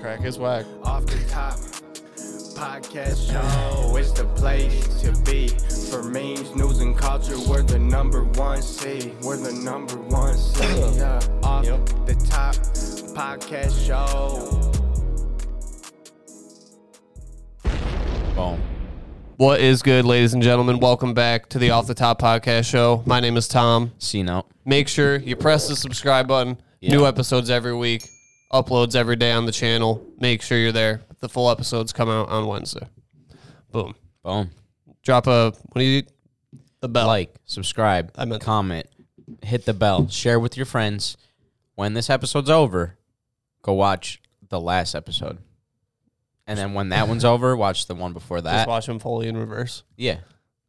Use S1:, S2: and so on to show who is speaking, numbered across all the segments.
S1: Crack is whack.
S2: off the top. Podcast show is the place to be for memes, news, and culture. We're the number one C. We're the number one C. Yeah. Off the top podcast show.
S1: Boom.
S3: What is good, ladies and gentlemen? Welcome back to the Off the Top Podcast Show. My name is Tom.
S4: seen out.
S3: Make sure you press the subscribe button. New episodes every week, uploads every day on the channel. Make sure you're there. The full episodes come out on Wednesday. Boom.
S4: Boom.
S3: Drop a what do you the bell?
S4: Like, subscribe,
S3: I meant-
S4: comment, hit the bell, share with your friends. When this episode's over, go watch the last episode. And then when that one's over, watch the one before
S3: Just
S4: that.
S3: watch them fully in reverse,
S4: Yeah.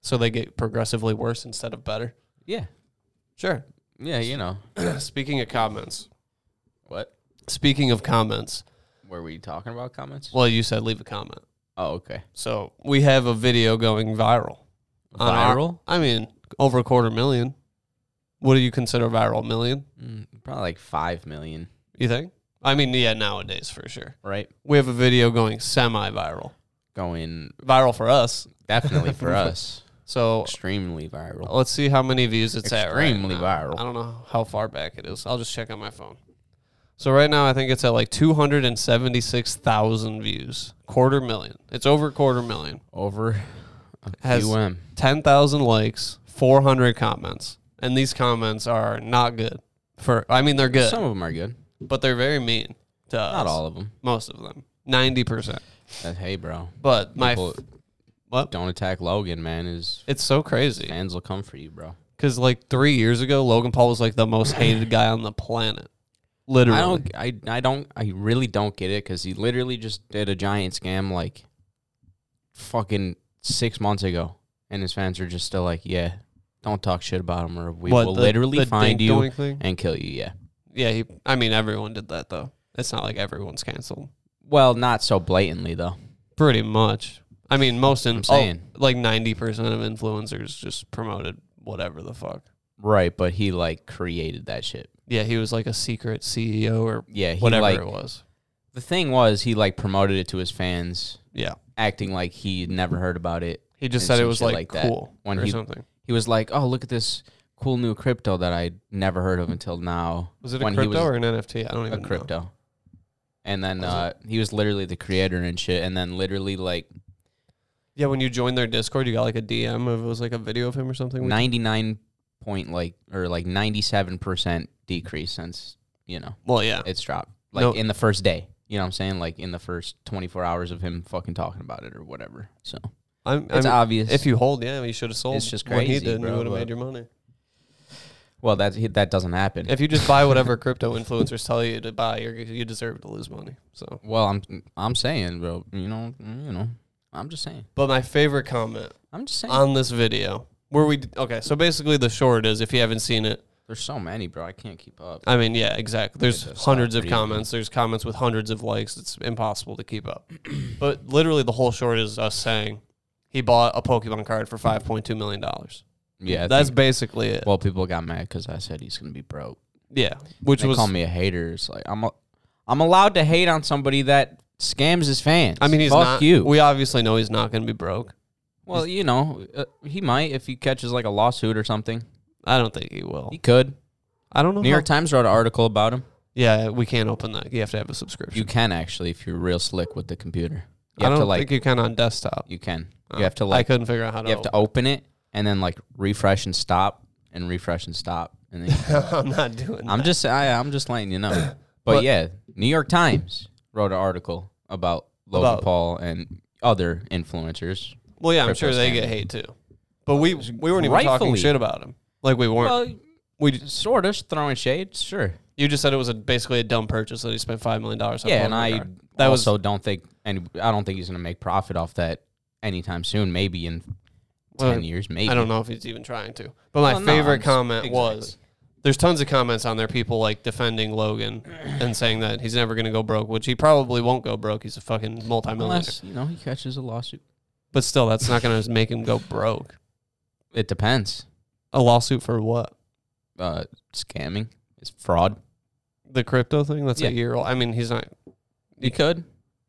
S3: so they get progressively worse instead of better.
S4: Yeah.
S3: Sure.
S4: Yeah, you know.
S3: Speaking of comments.
S4: What?
S3: Speaking of comments.
S4: Were we talking about comments?
S3: Well, you said leave a comment.
S4: Oh, okay.
S3: So we have a video going viral. On our-
S4: Viral?
S3: I mean, over a quarter million. What do you consider viral? Million?
S4: Mm, probably like 5 million,
S3: You think? I mean, yeah, nowadays for sure.
S4: right?
S3: We have a video going semi-viral,
S4: Going
S3: viral for us.
S4: definitely for us.
S3: So
S4: Extremely viral.
S3: let's see how many views it's
S4: Extremely
S3: at. right now.
S4: viral.
S3: I don't know how far back it is. I'll just check on my phone. So right now, I think it's at like two hundred and seventy-six thousand views, quarter million. It's over a quarter million.
S4: Over
S3: Has
S4: UM.
S3: 10,000 likes, 400 comments. And these comments are not good. For I mean they're good,
S4: Some of them are good.
S3: but they're very mean to us.
S4: Not all of them.
S3: Most of them. 90%.
S4: hey, bro.
S3: But my f-
S4: People-
S3: what?
S4: Don't attack Logan, man. His
S3: It's so crazy.
S4: fans will come for you, bro.
S3: Cuz like 3 years ago Logan Paul was like the most hated guy on the planet. Literally.
S4: I don't. I. I don't. I really don't get it because he literally just did a giant scam like fucking six months ago, and his fans are just still like, yeah, don't talk shit about him, or we
S3: What,
S4: will
S3: the-
S4: literally
S3: the
S4: find
S3: dink
S4: you
S3: doink thing?
S4: and kill you. Yeah.
S3: Yeah, he, I mean everyone did that though. It's not like everyone's canceled.
S4: Well, not so blatantly though.
S3: Pretty much. I mean most in,
S4: I'm saying.
S3: oh, like 90% of influencers just promoted whatever the fuck.
S4: Right, but he like created that shit.
S3: Yeah, he was like a secret CEO or
S4: Yeah, he
S3: whatever
S4: like
S3: it was.
S4: the thing was he like promoted it to his fans,
S3: Yeah.
S4: acting like he never heard about it.
S3: He just
S4: and
S3: said it
S4: some
S3: was
S4: shit
S3: like,
S4: that.
S3: cool
S4: when
S3: or
S4: he
S3: something.
S4: he was like, "Oh, look at this cool new crypto that I never heard of until now."
S3: Was it a
S4: when he
S3: crypto
S4: was
S3: or an NFT? I don't even
S4: a crypto? And then
S3: Was
S4: uh, he was literally the creator and shit. And then literally like
S3: Yeah, when you joined their Discord, you got like a DM of it was like a video of him or something. We-
S4: ninety nine point like or like ninety seven percent decrease since you know
S3: well, yeah.
S4: it's dropped like
S3: No.
S4: in the first day. You know what I'm saying? Like in the first 24 hours of him fucking talking about it or whatever. So
S3: I'm,
S4: it's
S3: I'm-
S4: obvious.
S3: If you hold, yeah, you should have sold.
S4: It's just
S3: When he
S4: crazy,
S3: did, and you
S4: bro,
S3: would have
S4: but-
S3: made your money.
S4: well, that that doesn't happen.
S3: If you just buy whatever crypto influencers tell you to buy, you're, you deserve to lose money. So,
S4: well, I'm I'm saying, bro. You know, you know. I'm just saying.
S3: but my favorite comment
S4: I'm just saying.
S3: on this video where we d- okay, so basically the short is if you haven't seen it,
S4: There's so many, bro. I can't keep up.
S3: I mean, yeah, exactly. There's
S4: just
S3: hundreds
S4: stop
S3: of
S4: reading.
S3: comments. There's comments with hundreds of likes. It's impossible to keep up. but literally, the whole short is us saying he bought a Pokemon card for five point two million dollars.
S4: Yeah, I
S3: That's
S4: think-
S3: basically it.
S4: well, people got mad because I said he's gonna be broke.
S3: yeah, which
S4: They
S3: was.
S4: call me a hater. It's like I'm, a, I'm allowed to hate on somebody that scams his fans.
S3: I mean, he's
S4: Fuck
S3: not.
S4: you.
S3: We obviously know he's not going to be broke.
S4: well, you know, uh, he might if he catches like a lawsuit or something.
S3: I don't think he will.
S4: He could.
S3: I don't know.
S4: New
S3: how-
S4: York Times wrote an article about him.
S3: yeah, we can't open that. You have to have a subscription.
S4: You can actually if you're real slick with the computer. You
S3: I
S4: have
S3: don't
S4: to like
S3: think you can on desktop.
S4: you can.
S3: Oh,
S4: You have to
S3: I
S4: like
S3: couldn't figure out how to.
S4: you have to open it and then like refresh and stop and refresh and stop and then
S3: open. I'm not doing.
S4: I'm just I, I'm just letting you know. But,
S3: But-
S4: yeah, New York Times wrote an article about Logan
S3: About-
S4: Paul and other influencers.
S3: well, yeah, I'm sure
S4: crypto
S3: they get
S4: scamming.
S3: hate too. But we we weren't even talking
S4: Rightfully.
S3: shit about him. Like we weren't.
S4: Well,
S3: we
S4: sort of throwing shade, sure.
S3: You just said it was a, basically a dumb purchase that he spent five million dollars. on.
S4: yeah, and
S3: Pokemon
S4: I
S3: card. that was
S4: also don't think any I don't think he's gonna make profit off that anytime soon. Maybe in
S3: Well,
S4: ten years, maybe.
S3: I don't know if he's even trying to. But my
S4: Well, no,
S3: favorite
S4: I'm s-
S3: comment was
S4: exactly.
S3: there's tons of comments on there. People like defending Logan and saying that he's never going to go broke, which he probably won't go broke. He's a fucking multimillionaire.
S4: Unless you know he catches a lawsuit.
S3: But still, that's not going to make him go broke.
S4: It depends.
S3: A lawsuit for what?
S4: Uh, scamming, it's fraud.
S3: The crypto thing? That's
S4: Yeah.
S3: a year old. I mean, he's not.
S4: He could.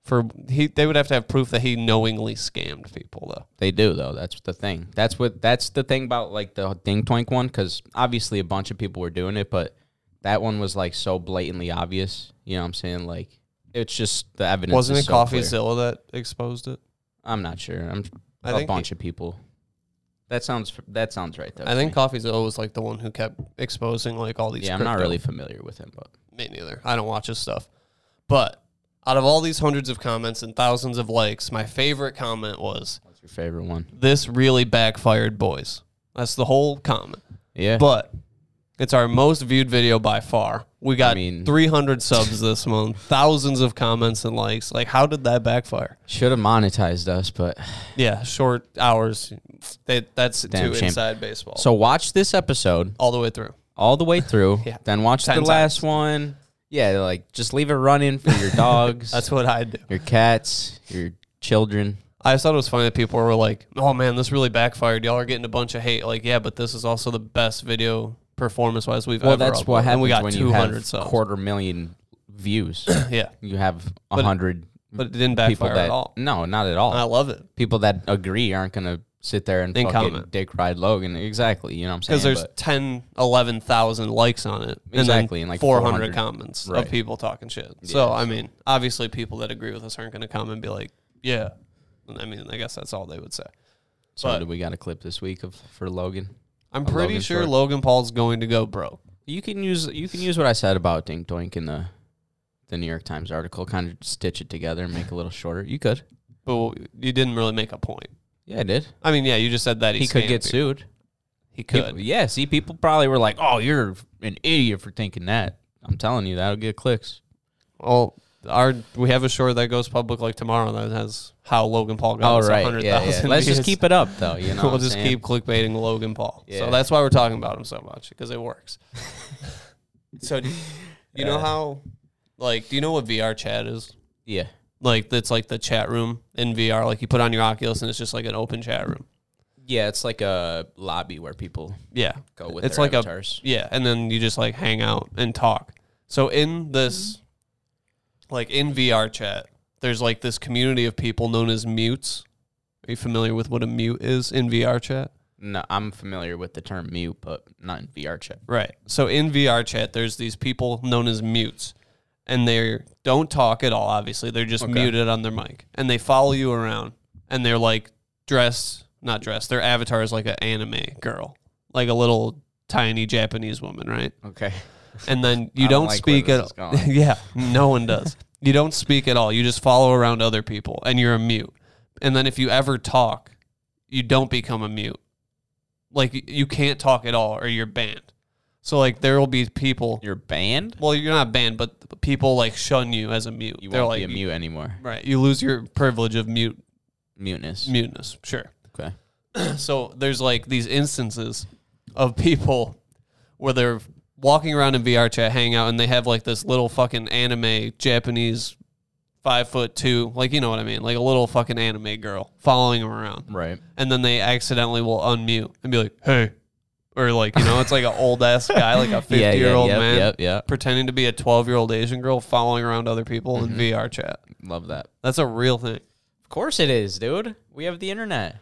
S3: for he they would have to have proof that he knowingly scammed people though.
S4: They do though. That's the thing. That's what. That's the thing about like the Ding Twink one, because obviously a bunch of people were doing it, but that one was like so blatantly obvious. You know what I'm saying? Like it's just the evidence.
S3: Wasn't
S4: is
S3: it
S4: so clear.
S3: CoffeeZilla that exposed it?
S4: I'm not sure. I'm
S3: I
S4: a
S3: think
S4: bunch of people. That sounds. That sounds right though.
S3: I think CoffeeZilla was like the one who kept exposing like all these.
S4: Yeah, I'm not
S3: crypto-
S4: really familiar with him, but
S3: me neither. I don't watch his stuff, but out of all these hundreds of comments and thousands of likes, my favorite comment was
S4: what's your favorite one?
S3: "This really backfired, boys." That's the whole comment,
S4: Yeah,
S3: but it's our most viewed video by far. We got
S4: mean-
S3: 300 subs this month, thousands of comments and likes. Like, how did that backfire?
S4: should have monetized us, but
S3: Yeah, short hours. They, that's
S4: Damn
S3: too
S4: shame.
S3: inside baseball.
S4: so watch this episode
S3: all the way through.
S4: all the way through.
S3: Yeah.
S4: Then watch the
S3: Ten
S4: last one. Yeah, like just leave it running for your dogs,
S3: That's what I do.
S4: your cats, your children.
S3: I just thought it was funny that people were like, "Oh man, this really backfired. Y'all are getting a bunch of hate." Like, yeah, but this is also the best video performance-wise we've
S4: Well,
S3: ever.
S4: that's
S3: uploaded.
S4: what
S3: And
S4: happens
S3: We got
S4: when you
S3: 200
S4: have
S3: subs.
S4: quarter million views.
S3: yeah,
S4: you have a hundred
S3: but it didn't
S4: people
S3: backfire
S4: that
S3: at all.
S4: no, not at all.
S3: I love it
S4: people that agree aren't gonna sit there and,
S3: And
S4: fucking
S3: comment.
S4: dick ride Logan. Exactly, you know what I'm saying?
S3: because there's
S4: But-
S3: 10, 11,000 likes on it,
S4: Exactly,
S3: and then
S4: and, like,
S3: 400,
S4: 400.
S3: comments
S4: Right.
S3: of people talking shit. so I mean, obviously, people that agree with us aren't going to come and be like, "Yeah." I mean, I guess that's all they would say.
S4: so
S3: but-
S4: do we got a clip this week of for Logan.
S3: I'm
S4: Logan
S3: pretty sure
S4: Short.
S3: Logan Paul's going to go broke.
S4: You can use you can use what I said about Dink Doink in the the New York Times article, kind of stitch it together and make it a little shorter. You could.
S3: But you didn't really make a point.
S4: Yeah, I did.
S3: I mean, yeah, you just said that he,
S4: He could
S3: scammed
S4: get
S3: you.
S4: sued.
S3: He could.
S4: People, yeah, see, people probably were like, "Oh, you're an idiot for thinking that." I'm telling you, that'll get clicks.
S3: Well, our we have a short that goes public like tomorrow that has how Logan Paul got
S4: All
S3: us
S4: Oh, right, yeah,
S3: 100,000.
S4: yeah. Let's just
S3: views.
S4: keep it up, though. You know,
S3: we'll just keep clickbaiting Logan Paul.
S4: Yeah.
S3: So that's why we're talking about him so much because it works. so, do you
S4: Uh.
S3: know how, like, do you know what VR chat is?
S4: Yeah,
S3: Like, that's like the chat room in VR. Like, you put on your Oculus and it's just like an open chat room.
S4: yeah. It's like a lobby where people
S3: Yeah.
S4: go with
S3: It's
S4: their
S3: like a-
S4: avatars.
S3: Yeah, and then you just like hang out and talk. So in this, like in VR chat, there's like this community of people known as mutes. Are you familiar with what a mute is in VR chat?
S4: no, I'm familiar with the term mute, but not in VR chat.
S3: Right. So in VR chat, there's these people known as mutes, and they don't talk at all. Obviously, they're just muted on their mic, and they follow you around, and they're like dressed, not dressed. Their avatar is like an anime girl, like a little tiny Japanese woman, right?
S4: Okay.
S3: and then
S4: I
S3: you don't,
S4: don't like where
S3: speak
S4: this
S3: at
S4: is going.
S3: yeah no one does you don't speak at all you just follow around other people and you're a mute and then if you ever talk you don't become a mute like y- you can't talk at all or you're banned so like there will be people
S4: You're banned.
S3: well you're not banned but people like shun you as a mute
S4: You
S3: they're
S4: won't
S3: like
S4: be a mute anymore.
S3: right you lose your privilege of mute
S4: Muteness.
S3: muteness sure
S4: Okay.
S3: so there's like these instances of people where they're walking around in VR chat, hang out, and they have like this little fucking anime Japanese five foot two, like you know what I mean, like a little fucking anime girl following them around,
S4: Right.
S3: and then they accidentally will unmute and be like, "Hey," or like you know, it's like an old ass guy, like a fifty
S4: yeah,
S3: year old
S4: yep,
S3: man.
S4: Yep, yep.
S3: Pretending to be a 12 year old Asian girl following around other people
S4: Mm-hmm.
S3: in VR chat.
S4: Love that.
S3: That's a real thing.
S4: Of course it is, dude. We have the internet.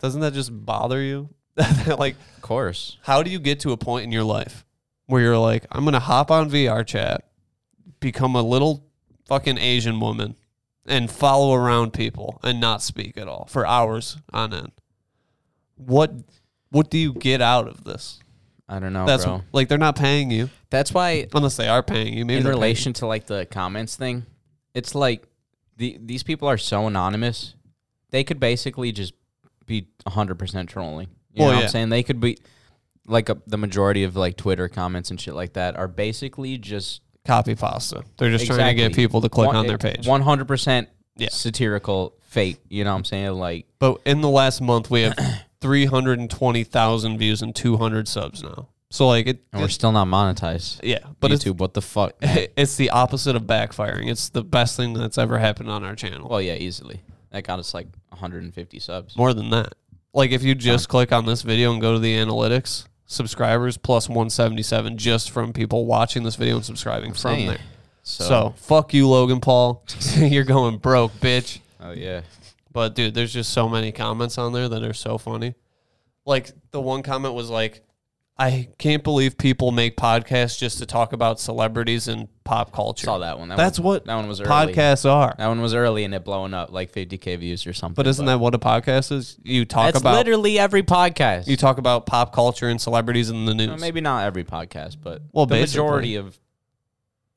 S3: Doesn't that just bother you? like,
S4: Of course.
S3: how do you get to a point in your life where you're like, I'm gonna hop on VR chat, become a little fucking Asian woman, and follow around people and not speak at all for hours on end? What what do you get out of this?
S4: I don't know,
S3: That's
S4: Oh, bro.
S3: like they're not paying you
S4: That's why
S3: unless they are paying you. Maybe
S4: in
S3: they're paying
S4: relation to like the comments thing, it's like the, these people are so anonymous. They could basically just be 100% trolling. You
S3: Well,
S4: know what
S3: yeah.
S4: I'm saying? They could be like a, the majority of like Twitter comments and shit like that are basically just
S3: you. copy pasta. They're just trying to get
S4: Exactly.
S3: people to click
S4: one-
S3: on their page.
S4: 100%
S3: Yeah.
S4: satirical fake, you know what I'm saying? Like
S3: But in the last month, we have three hundred and twenty thousand views and two hundred subs now. So like it,
S4: and we're still not monetized.
S3: yeah,
S4: But
S3: but it's
S4: YouTube, what the fuck?
S3: it's the opposite of backfiring. It's the best thing that's ever happened on our channel.
S4: well, yeah, easily. That got us like 150 subs.
S3: More than that. Like if you just click on this video and go to the analytics, subscribers plus 177 just from people watching this video and subscribing from
S4: saying.
S3: there.
S4: So,
S3: So, fuck you, Logan Paul. You're going broke, bitch.
S4: oh yeah,
S3: But dude, there's just so many comments on there that are so funny. Like the one comment was like, "I can't believe people make podcasts just to talk about celebrities and pop culture."
S4: saw that one. That
S3: That's
S4: one,
S3: what
S4: that one was early.
S3: podcasts are.
S4: That one was early and it blowing up like 50k views or something.
S3: But isn't that what a podcast is? You talk
S4: that's
S3: about
S4: literally every podcast?
S3: you talk about pop culture and celebrities in the news.
S4: Well, maybe not every podcast, but
S3: Well,
S4: the
S3: basically.
S4: majority of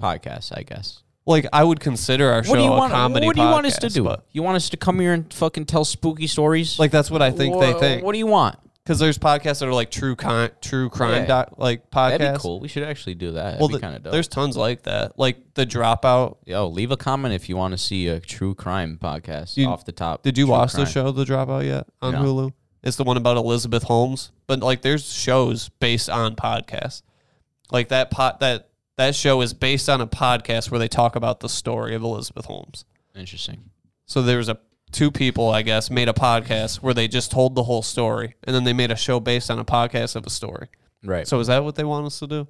S4: podcasts, I guess.
S3: Like I would consider our show
S4: what do you
S3: a
S4: want?
S3: comedy.
S4: What do you want us to
S3: podcast,
S4: do?
S3: but-
S4: You want us to come here and fucking tell spooky stories?
S3: Like that's what I think they
S4: Wha-
S3: think.
S4: What do you want?
S3: Because there's podcasts that are like true crime, true crime
S4: Yeah.
S3: doc, like podcasts.
S4: That'd be cool. We should actually do that.
S3: Well,
S4: That'd be
S3: the-
S4: kind of dope.
S3: there's tons like that. Like the dropout.
S4: Yo, leave a comment if you want to see a true crime podcast
S3: You-
S4: off the top.
S3: Did you
S4: True
S3: watch the
S4: crime.
S3: show The Dropout yet on
S4: No.
S3: Hulu? It's the one about Elizabeth Holmes. But like, there's shows based on podcasts. Like that pot that that show is based on a podcast where they talk about the story of Elizabeth Holmes.
S4: Interesting.
S3: So there was a two people, I guess, made a podcast where they just told the whole story, and then they made a show based on a podcast of a story.
S4: Right. So
S3: So is that what they want us to do?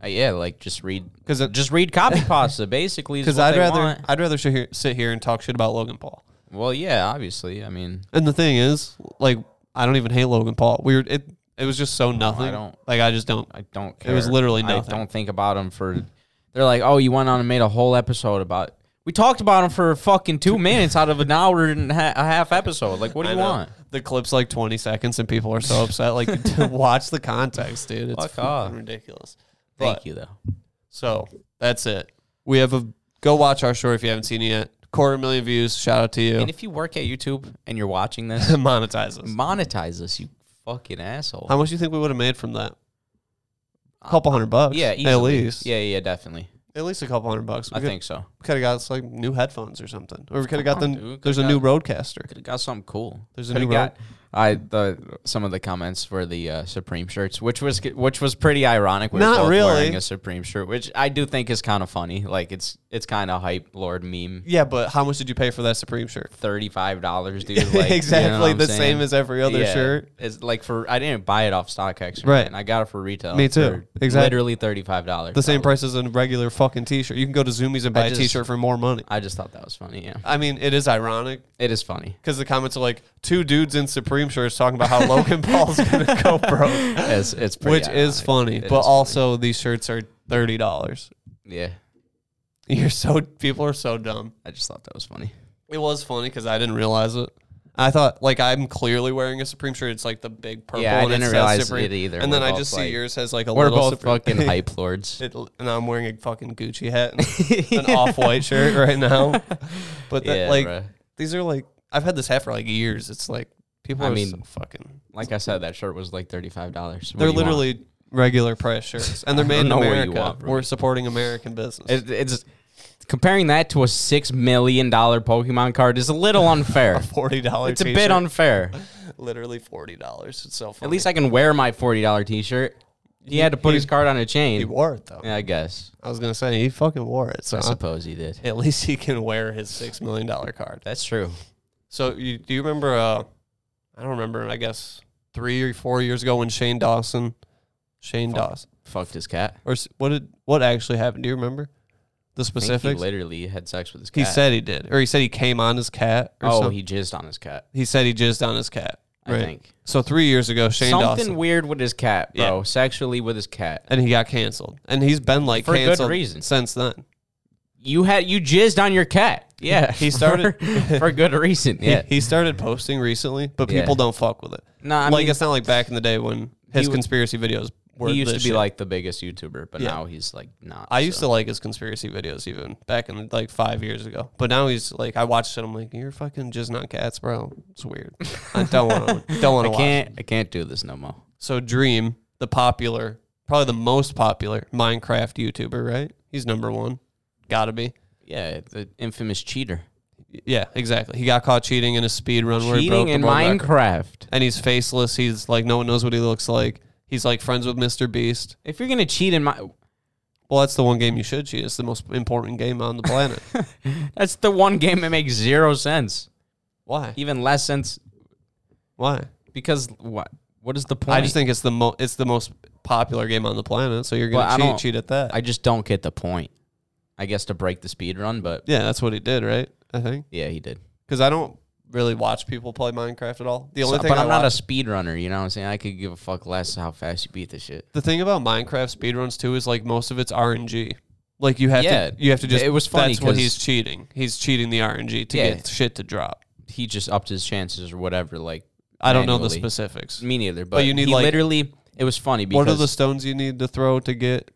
S4: uh, yeah, like just read
S3: Because
S4: just read copy pasta basically
S3: Because
S4: because
S3: I'd rather
S4: want.
S3: I'd rather sit here, sit here and talk shit about Logan Paul.
S4: Well, yeah, obviously. I mean,
S3: And the thing is, like, I don't even hate Logan Paul. We were it. It was just so nothing.
S4: don't.
S3: Like I just don't.
S4: I don't
S3: It
S4: care.
S3: was literally
S4: I
S3: nothing.
S4: don't think about him for. They're like, oh, you went on and made a whole episode about. We talked about him for fucking two minutes out of an hour and ha- a half episode. Like, what do
S3: I
S4: you
S3: know.
S4: want?
S3: The clip's like 20 seconds and people are so upset. Like, watch the context, dude. It's
S4: Fuck off.
S3: fucking ridiculous.
S4: Thank
S3: But-
S4: you though.
S3: So that's it. We have a go watch our show if you haven't seen it yet. Quarter million views. Shout out to you.
S4: And if you work at YouTube and you're watching this,
S3: Monetize us.
S4: monetize this, you fucking asshole.
S3: How much do you think we would have made from that? A couple hundred bucks.
S4: Uh, yeah,
S3: at
S4: easily.
S3: least.
S4: Yeah, yeah, definitely.
S3: At least a couple hundred bucks. We
S4: I
S3: could-
S4: think so.
S3: could have got us like new headphones or something, or we could have got
S4: on,
S3: them.
S4: dude. Coulda
S3: There's a new Roadcaster.
S4: Could have got something cool.
S3: There's a
S4: Coulda
S3: new
S4: got. I the some of the comments for the uh, Supreme shirts, which was which was pretty ironic. We
S3: Not
S4: were both
S3: really.
S4: wearing a Supreme shirt, which I do think is kind of funny. Like it's it's kind of hype lord meme.
S3: Yeah, but how much did you pay for that Supreme shirt?
S4: Thirty five dollars, dude. Like, you know what
S3: Exactly
S4: I'm
S3: the
S4: saying?
S3: same as every other
S4: Yeah.
S3: shirt.
S4: It's like for I didn't buy it off StockX,
S3: Right.
S4: And I got it for retail.
S3: Me too.
S4: for
S3: Exact-
S4: Literally thirty five dollars.
S3: The same price as a regular fucking T-shirt. You can go to Zoomies and buy
S4: Oh. just-
S3: a T-shirt for more money.
S4: I just thought that was funny. Yeah,
S3: I mean, it is ironic
S4: it is funny.
S3: because the comments are like two dudes in Supreme shirts talking about how Logan Paul's gonna go broke,
S4: It's it's pretty
S3: which is
S4: ironic.
S3: funny.
S4: It
S3: but
S4: is
S3: also, these shirts are thirty dollars.
S4: yeah.
S3: You're so people are so dumb.
S4: I just thought that was funny.
S3: It was funny because I didn't realize it. I thought like I'm clearly wearing a Supreme shirt. It's like the big purple.
S4: Yeah, I
S3: and it
S4: didn't
S3: says
S4: realize
S3: Supreme.
S4: it either.
S3: And
S4: We're
S3: then I
S4: both,
S3: just see
S4: like-
S3: yours has like a
S4: We're
S3: little
S4: both
S3: Supreme.
S4: fucking hype lords.
S3: It, and I'm wearing a fucking Gucci hat, and an off-white shirt right now. But that,
S4: Yeah,
S3: like
S4: bruh.
S3: these are like I've had this hat for like years. It's like people
S4: I
S3: are
S4: mean,
S3: so fucking.
S4: Like I said, that shirt was like thirty five dollars.
S3: They're literally regular price shirts, and they're made in
S4: know what you
S3: America.
S4: want, bro.
S3: We're supporting American business.
S4: it, it's comparing that to a six million dollar Pokemon card is a little unfair.
S3: forty dollars.
S4: it's a bit unfair.
S3: Literally forty dollars. It's so funny.
S4: At least I can wear my forty dollar t shirt. He had to put
S3: He-
S4: his card on a
S3: he
S4: chain.
S3: wore it though.
S4: Yeah, I guess.
S3: I was gonna say he fucking wore it. So
S4: I
S3: I-
S4: suppose he did.
S3: at least he can wear his six million dollar card.
S4: That's true.
S3: So you do you remember? Uh, I don't remember. I guess three or four years ago when Shane Dawson, Shane Dawson,
S4: Fucked his cat.
S3: or s- what did what actually happened? Do you remember the
S4: I think
S3: specifics?
S4: He
S3: He,
S4: literally had sex with his cat.
S3: said he did, or he said he came on his cat. Or
S4: "Oh,
S3: something.
S4: he jizzed on his cat."
S3: he said he jizzed on his cat.
S4: I think.
S3: So three years ago, Shane
S4: Something
S3: Dawson,
S4: weird with his cat, bro. Sexually with his cat.
S3: and he got canceled, and he's been like
S4: For good
S3: canceled
S4: reason.
S3: since then.
S4: You had you jizzed on your cat. Yeah,
S3: He started-
S4: for, for good reason. Yeah,
S3: He, he started posting recently, but
S4: Yeah.
S3: people don't fuck with it.
S4: No, I
S3: like
S4: mean-
S3: it's not like back in the day when his
S4: w-
S3: conspiracy videos were.
S4: he used
S3: the
S4: to be
S3: shit.
S4: like the biggest YouTuber, but
S3: Yeah.
S4: now he's like not.
S3: I used to like his conspiracy videos even back in like five years ago, but now he's like I watched it. I'm like, you're fucking just not cats, bro. It's weird. I don't want to. Don't want to
S4: I
S3: watch. it.
S4: can't. I can't do this no more.
S3: So Dream, the popular, probably the most popular Minecraft YouTuber, right? He's number one. Gotta be.
S4: Yeah, the infamous cheater.
S3: Yeah, exactly. He got caught cheating in a speed run where he broke
S4: Cheating
S3: the
S4: in
S3: world record.
S4: Minecraft.
S3: and he's faceless. He's like no one knows what he looks like. He's like friends with Mr. Beast.
S4: If you're gonna cheat in my,
S3: Well, that's the one game you should cheat. It's the most important game on the planet.
S4: that's the one game that makes zero sense.
S3: Why?
S4: Even less sense
S3: Why?
S4: because what? What is the point?
S3: I just think it's the mo- it's the most popular game on the planet. So you're
S4: Well, I
S3: gonna
S4: don't-
S3: cheat cheat at that.
S4: I just don't get the point. I guess to break the speed run, but
S3: Yeah, that's what he did, right? I think
S4: yeah, he did.
S3: because I don't really watch people play Minecraft at all. The only
S4: So-
S3: thing,
S4: but
S3: I
S4: I'm not a
S3: watch-
S4: speed runner, you know what I'm saying? I could give a fuck less how fast you beat this shit.
S3: the thing about Minecraft speedruns too is like most of it's RNG. Like you have
S4: Yeah,
S3: to, you have to just.
S4: it was funny
S3: That's what
S4: 'cause-
S3: he's cheating. He's cheating the RNG to
S4: Yeah.
S3: get shit to drop.
S4: He just upped his chances or whatever. Like
S3: I don't know the
S4: manually.
S3: specifics.
S4: Me neither. But,
S3: you
S4: you
S3: need,
S4: need he
S3: like-
S4: literally. It was funny because
S3: What are the stones you need to throw to get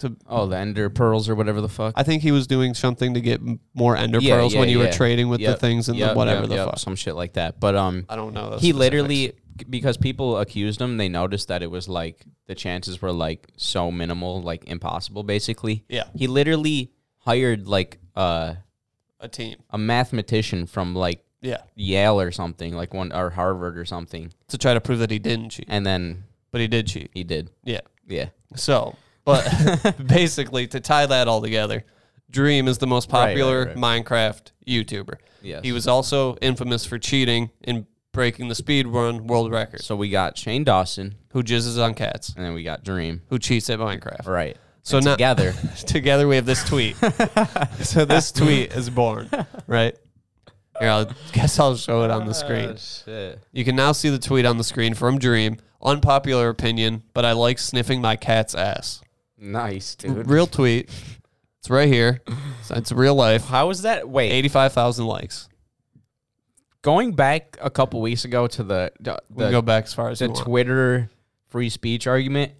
S3: to?
S4: oh the Ender pearls or whatever the fuck.
S3: I think he was doing something to get m- more Ender
S4: Yeah,
S3: pearls
S4: yeah,
S3: when you were
S4: yeah.
S3: trading with
S4: Yep,
S3: the things and
S4: yep,
S3: the whatever
S4: yep,
S3: the
S4: yep,
S3: fuck.
S4: some shit like that. But um,
S3: I don't know. the
S4: he
S3: specifics.
S4: literally because people accused him, they noticed that it was like the chances were like so minimal, like impossible, basically.
S3: Yeah.
S4: He literally hired like uh,
S3: a team.
S4: a mathematician from like
S3: Yeah,
S4: Yale or something, like one or Harvard or something,
S3: to try to prove that he didn't cheat,
S4: and then
S3: but he did cheat.
S4: he did.
S3: Yeah.
S4: Yeah.
S3: So, but basically, to tie that all together, Dream is the most
S4: Right, right,
S3: popular
S4: right.
S3: Minecraft YouTuber.
S4: Yes.
S3: He was also infamous for cheating and breaking the speed run world record.
S4: So we got Shane Dawson,
S3: Who jizzes on cats?
S4: and then we got Dream.
S3: Who cheats at Minecraft?
S4: Right.
S3: So
S4: And
S3: now-
S4: together,
S3: together we have this tweet. so this tweet is born, right? Here, I guess I'll show it on the
S4: Oh,
S3: screen. You can now see the tweet on the screen from Dream. Unpopular opinion, but I like sniffing my cat's ass.
S4: nice dude.
S3: Real tweet. It's right here. It's, it's real life.
S4: How is that? Wait,
S3: Eighty-five thousand likes.
S4: going back a couple weeks ago to the the,
S3: We can go back as far as
S4: the
S3: you want.
S4: Twitter free speech argument.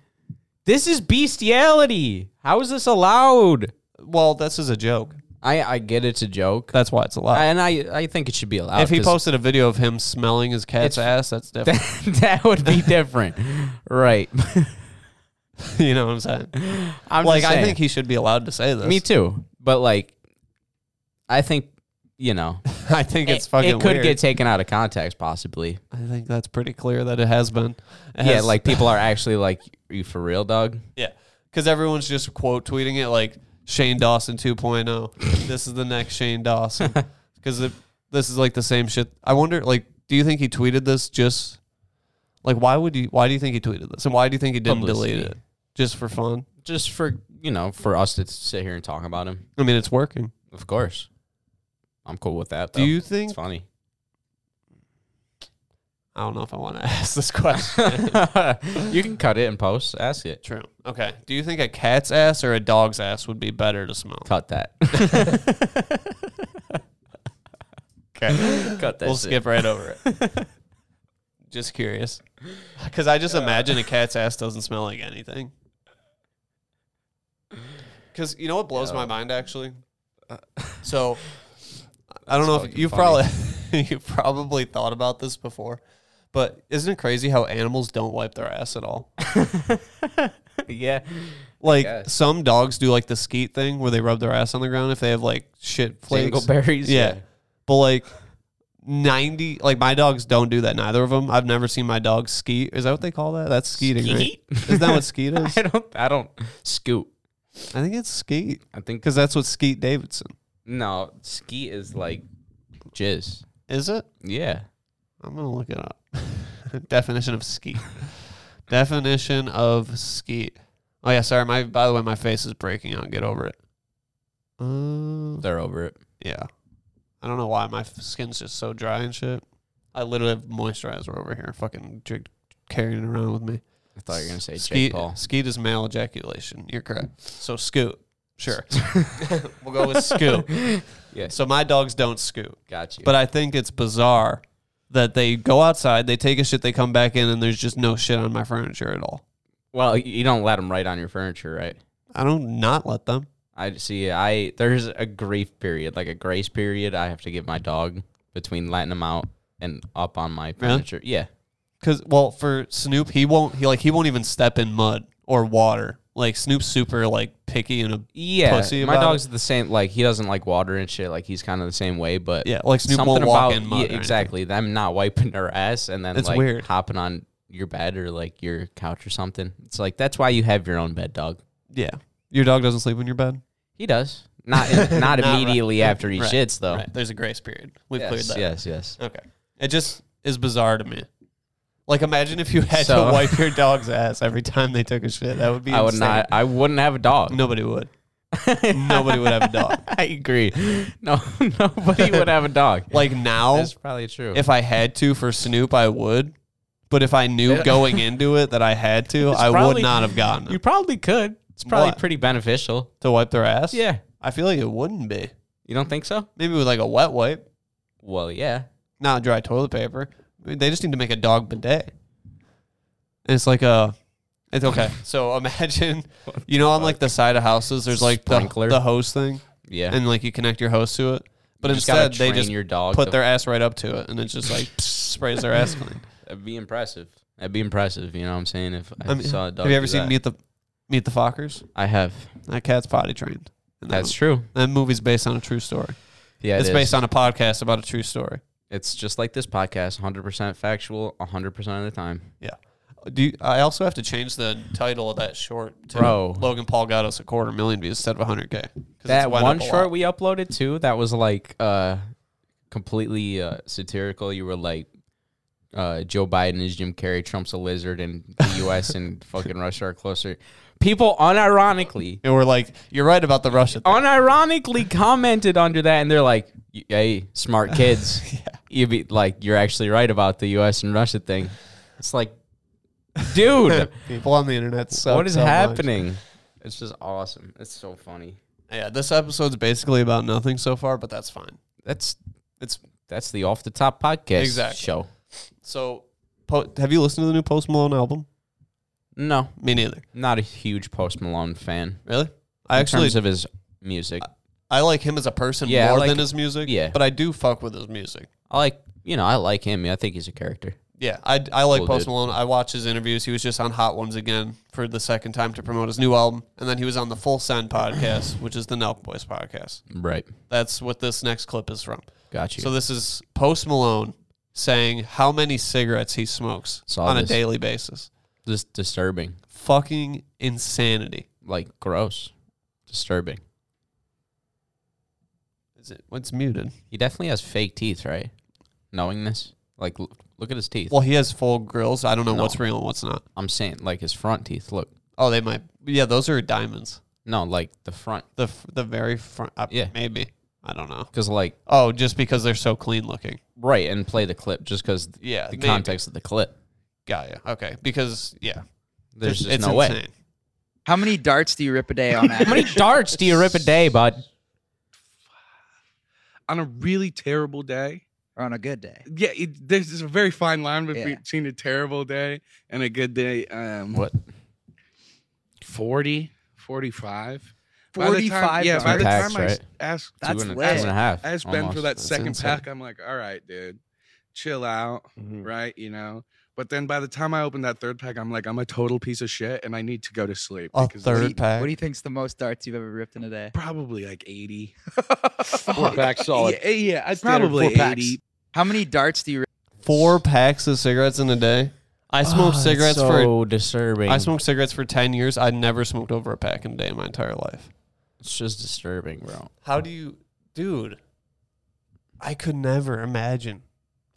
S4: This is bestiality. How is this allowed?
S3: well, this is a joke.
S4: I I get it's a joke, Uh,
S3: That's why it's allowed.
S4: and I I think it should be allowed.
S3: if he
S4: 'cause
S3: posted a video of him smelling his cat's ass, that's different.
S4: that, that would be different, right?
S3: you know what I'm saying?
S4: I'm
S3: like,
S4: just
S3: I
S4: saying.
S3: think he should be allowed to say this.
S4: me too, but like, I think you know
S3: I think it's fucking.
S4: it could
S3: weird.
S4: get taken out of context possibly.
S3: I think that's pretty clear that it has been. It
S4: Yeah,
S3: has-
S4: like people are actually like, "Are you for real, dog?"
S3: yeah, because everyone's just quote tweeting it like Shane Dawson 2.0. this is the next Shane Dawson because this is like the same shit. I wonder, like, do you think he tweeted this just like why would you? Why do you think he tweeted this, and why do you think he didn't delete
S4: Publicity.
S3: it just for fun?
S4: Just for you know, for us to sit here and talk about him.
S3: I mean, it's working.
S4: Of course. I'm cool with that.
S3: Do
S4: though.
S3: you
S4: It's
S3: think?
S4: funny.
S3: I don't know if I want to ask this question.
S4: you can cut it and post. Ask it.
S3: True. Okay. Do you think a cat's ass or a dog's ass would be better to smell?
S4: Cut that.
S3: Okay.
S4: cut that.
S3: we'll
S4: shit.
S3: skip right over it. just curious, because I just imagine a cat's ass doesn't smell like anything. Because you know what blows my mind actually.
S4: Uh,
S3: So I don't know if
S4: fucking
S3: you
S4: funny.
S3: probably you probably thought about this before, but isn't it crazy how animals don't wipe their ass at all?
S4: Yeah.
S3: Like
S4: guess.
S3: some dogs do, like the skeet thing where they rub their ass on the ground if they have like shit flakes.
S4: Dingleberries.
S3: Yeah. But like 90, like my dogs don't do that. Neither of them. I've never seen my dog skeet. Is that what they call that? That's skeeting, right?
S4: Skeet?
S3: Isn't that what skeet is?
S4: I don't. I don't. Scoot.
S3: I think it's skeet
S4: I think.
S3: because that's what Skeet Davidson
S4: No. Skeet is like jizz.
S3: is. It?
S4: Yeah.
S3: I'm gonna look it up. Definition of skeet. Definition of skeet. Oh yeah, sorry. My by the way, my face is breaking out. Get over it. Uh,
S4: They're over it.
S3: yeah. I don't know why my f- skin's just so dry and shit. I literally have moisturizer over here, fucking drink, carrying it around with me.
S4: I thought you were gonna say
S3: Skeet,
S4: Jake Paul.
S3: skeet is male ejaculation. You're correct. So scoot. Sure. we'll go with scoot.
S4: Yeah.
S3: So my dogs don't scoot.
S4: Got you.
S3: But I think it's bizarre that they go outside, they take a shit, they come back in, and there's just no shit on my furniture at all.
S4: well, you don't let them right on your furniture, right?
S3: I don't not let them.
S4: I see. I there's a grief period, like a grace period. I have to give my dog between letting him out and up on my furniture. Yeah,
S3: Cause well, for Snoop, he won't he like he won't even step in mud or water. Like Snoop's super like picky and a
S4: yeah.
S3: Pussy
S4: my
S3: about
S4: dog's the same. Like he doesn't like water and shit. Like he's kind of the same way. But
S3: yeah, like Snoop
S4: something
S3: won't
S4: about
S3: walk in mud. or
S4: yeah,
S3: anything.
S4: exactly them not wiping their ass and then
S3: It's
S4: like
S3: weird.
S4: hopping on your bed or like your couch or something. It's like that's why you have your own bed, dog.
S3: Yeah. Your dog doesn't sleep in your bed.
S4: He does not in, not
S3: Not right-
S4: immediately after he
S3: right,
S4: shits though.
S3: Right. There's a grace period. We've cleared
S4: Yes,
S3: that.
S4: yes, yes.
S3: Okay. It just is bizarre to me. Like, imagine if you had
S4: So-
S3: to wipe your dog's ass every time they took a shit. That would be.
S4: I would
S3: insane.
S4: not. I wouldn't have a dog.
S3: Nobody would. nobody would have a dog.
S4: I agree. No, nobody would have a dog.
S3: Like now,
S4: That's probably true.
S3: if I had to for Snoop, I would. But if I knew going into it that I had to, I would
S4: probably-
S3: not have gotten
S4: you
S3: them
S4: probably could. It's probably
S3: What?
S4: pretty beneficial.
S3: to wipe their ass.
S4: Yeah.
S3: I feel like it wouldn't be.
S4: You don't think so?
S3: Maybe with like a wet wipe,
S4: Well, yeah.
S3: not dry toilet paper. I mean, they just need to make a dog bidet. And it's like a, it's okay. So imagine, you know, on like the side of houses, there's like the,
S4: Sprinkler.
S3: the hose thing,
S4: Yeah.
S3: and like you connect your hose to it. But
S4: You just gotta
S3: instead, they
S4: train
S3: just
S4: your dog
S3: put
S4: to-
S3: their ass right up to it, and it just like sprays their ass clean.
S4: That'd be impressive. That'd be impressive. You know what I'm saying? If I
S3: I mean,
S4: saw a dog.
S3: have you ever
S4: do
S3: seen
S4: that.
S3: Meet the Meet the Fockers?
S4: I have.
S3: That cat's potty trained. And that
S4: That's
S3: mo-
S4: true.
S3: That movie's based on a true story.
S4: Yeah,
S3: it's based on a podcast about a true story.
S4: It's just like this podcast, 100% factual, 100% of the time.
S3: Yeah. Do you, I also have to change the title of that short? To
S4: Bro.
S3: Logan Paul got us a quarter million views instead of 100k. 'Cause it's
S4: That
S3: went
S4: one
S3: up a
S4: short
S3: lot.
S4: we uploaded too, that was like uh, completely uh, satirical. You were like, uh, Joe Biden is Jim Carrey, Trump's a lizard, and the U.S. and fucking Russia are closer. People unironically,
S3: and we're like, you're right about the Russia. Thing.
S4: unironically commented under that, and they're like, "Y- "Hey, smart kids, you be like, you're actually right about the U.S. and Russia thing." It's like, dude,
S3: People on the internet. suck
S4: what is
S3: so much.
S4: happening? It's just awesome. It's so funny.
S3: Yeah, this episode's basically about nothing so far, but that's fine.
S4: That's
S3: It's
S4: that's the off the top podcast
S3: Exactly.
S4: show.
S3: so. Po- have you listened to the new Post Malone album?
S4: No,
S3: Me neither.
S4: not a huge Post Malone fan.
S3: Really? I
S4: in
S3: actually
S4: terms of his music,
S3: I like him as a person
S4: Yeah, I
S3: more
S4: like-
S3: than his music.
S4: yeah.
S3: But I do fuck with his music.
S4: I like you know I like him. I think he's a character.
S3: Yeah, I, I like
S4: Cool
S3: Post
S4: dude.
S3: Malone. I watch his interviews. He was just on Hot Ones again for the second time to promote his new album, and then he was on the Full Send podcast, which is the Nelk Boys podcast.
S4: Right.
S3: That's what this next clip is from.
S4: Got you.
S3: So this is Post Malone saying how many cigarettes he smokes
S4: Saw
S3: on
S4: this.
S3: a daily basis.
S4: just disturbing,
S3: Fucking insanity.
S4: like gross, disturbing.
S3: Is it? It's muted.
S4: He definitely has fake teeth, right? Knowing this, like l- look at his teeth.
S3: Well, he has full grills. I don't know
S4: No.
S3: what's real and what's not.
S4: I'm saying like his front teeth. Look,
S3: Oh, they might. Yeah, those are diamonds.
S4: no, like the front,
S3: The f- the very front. Uh,
S4: Yeah.
S3: maybe. I don't know.
S4: because like
S3: Oh, just because they're so clean looking.
S4: right and play the clip just because
S3: Yeah,
S4: the
S3: maybe.
S4: context of the clip.
S3: Got ya. Okay, because yeah,
S4: There's just
S3: it's
S4: no way.
S3: insane.
S5: How many darts do you rip a day on
S4: How many
S5: average?
S4: darts do you rip a day, bud?
S6: on a really terrible day.
S5: or on a good day?
S6: Yeah, it, there's there's a very fine line
S5: Yeah.
S6: between a terrible day and a good day. Um,
S4: What?
S6: 40, 45. By the time-
S5: 45
S6: yeah, by the
S5: darts.
S4: Tax,
S6: time I s-
S4: right?
S6: ask,
S5: That's
S4: two and, a-
S5: lit.
S4: two and a half.
S6: ask Ben for
S4: almost.
S6: that
S4: That's
S6: second
S4: insane. Mm-hmm.
S6: pack, I'm like, all right, dude, chill out, right? You know? But then by the time I open that third pack, I'm like, I'm a total piece of shit and I need to go to sleep.
S3: A
S6: this-
S5: What do
S3: third
S5: you-
S3: pack.
S5: What do you think's the most darts you've ever ripped in a day?
S6: Probably like 80.
S7: Four pack solid.
S6: Yeah, yeah I
S5: Standard
S6: probably
S5: four packs.
S6: 80.
S5: How many darts do you rip?
S3: Four packs of cigarettes in a day. I smoked cigarettes for
S4: Ah, so disturbing.
S3: I smoked cigarettes for ten years. I never smoked over a pack in a day in my entire life.
S4: It's just disturbing, bro.
S3: How do you, dude? I could never imagine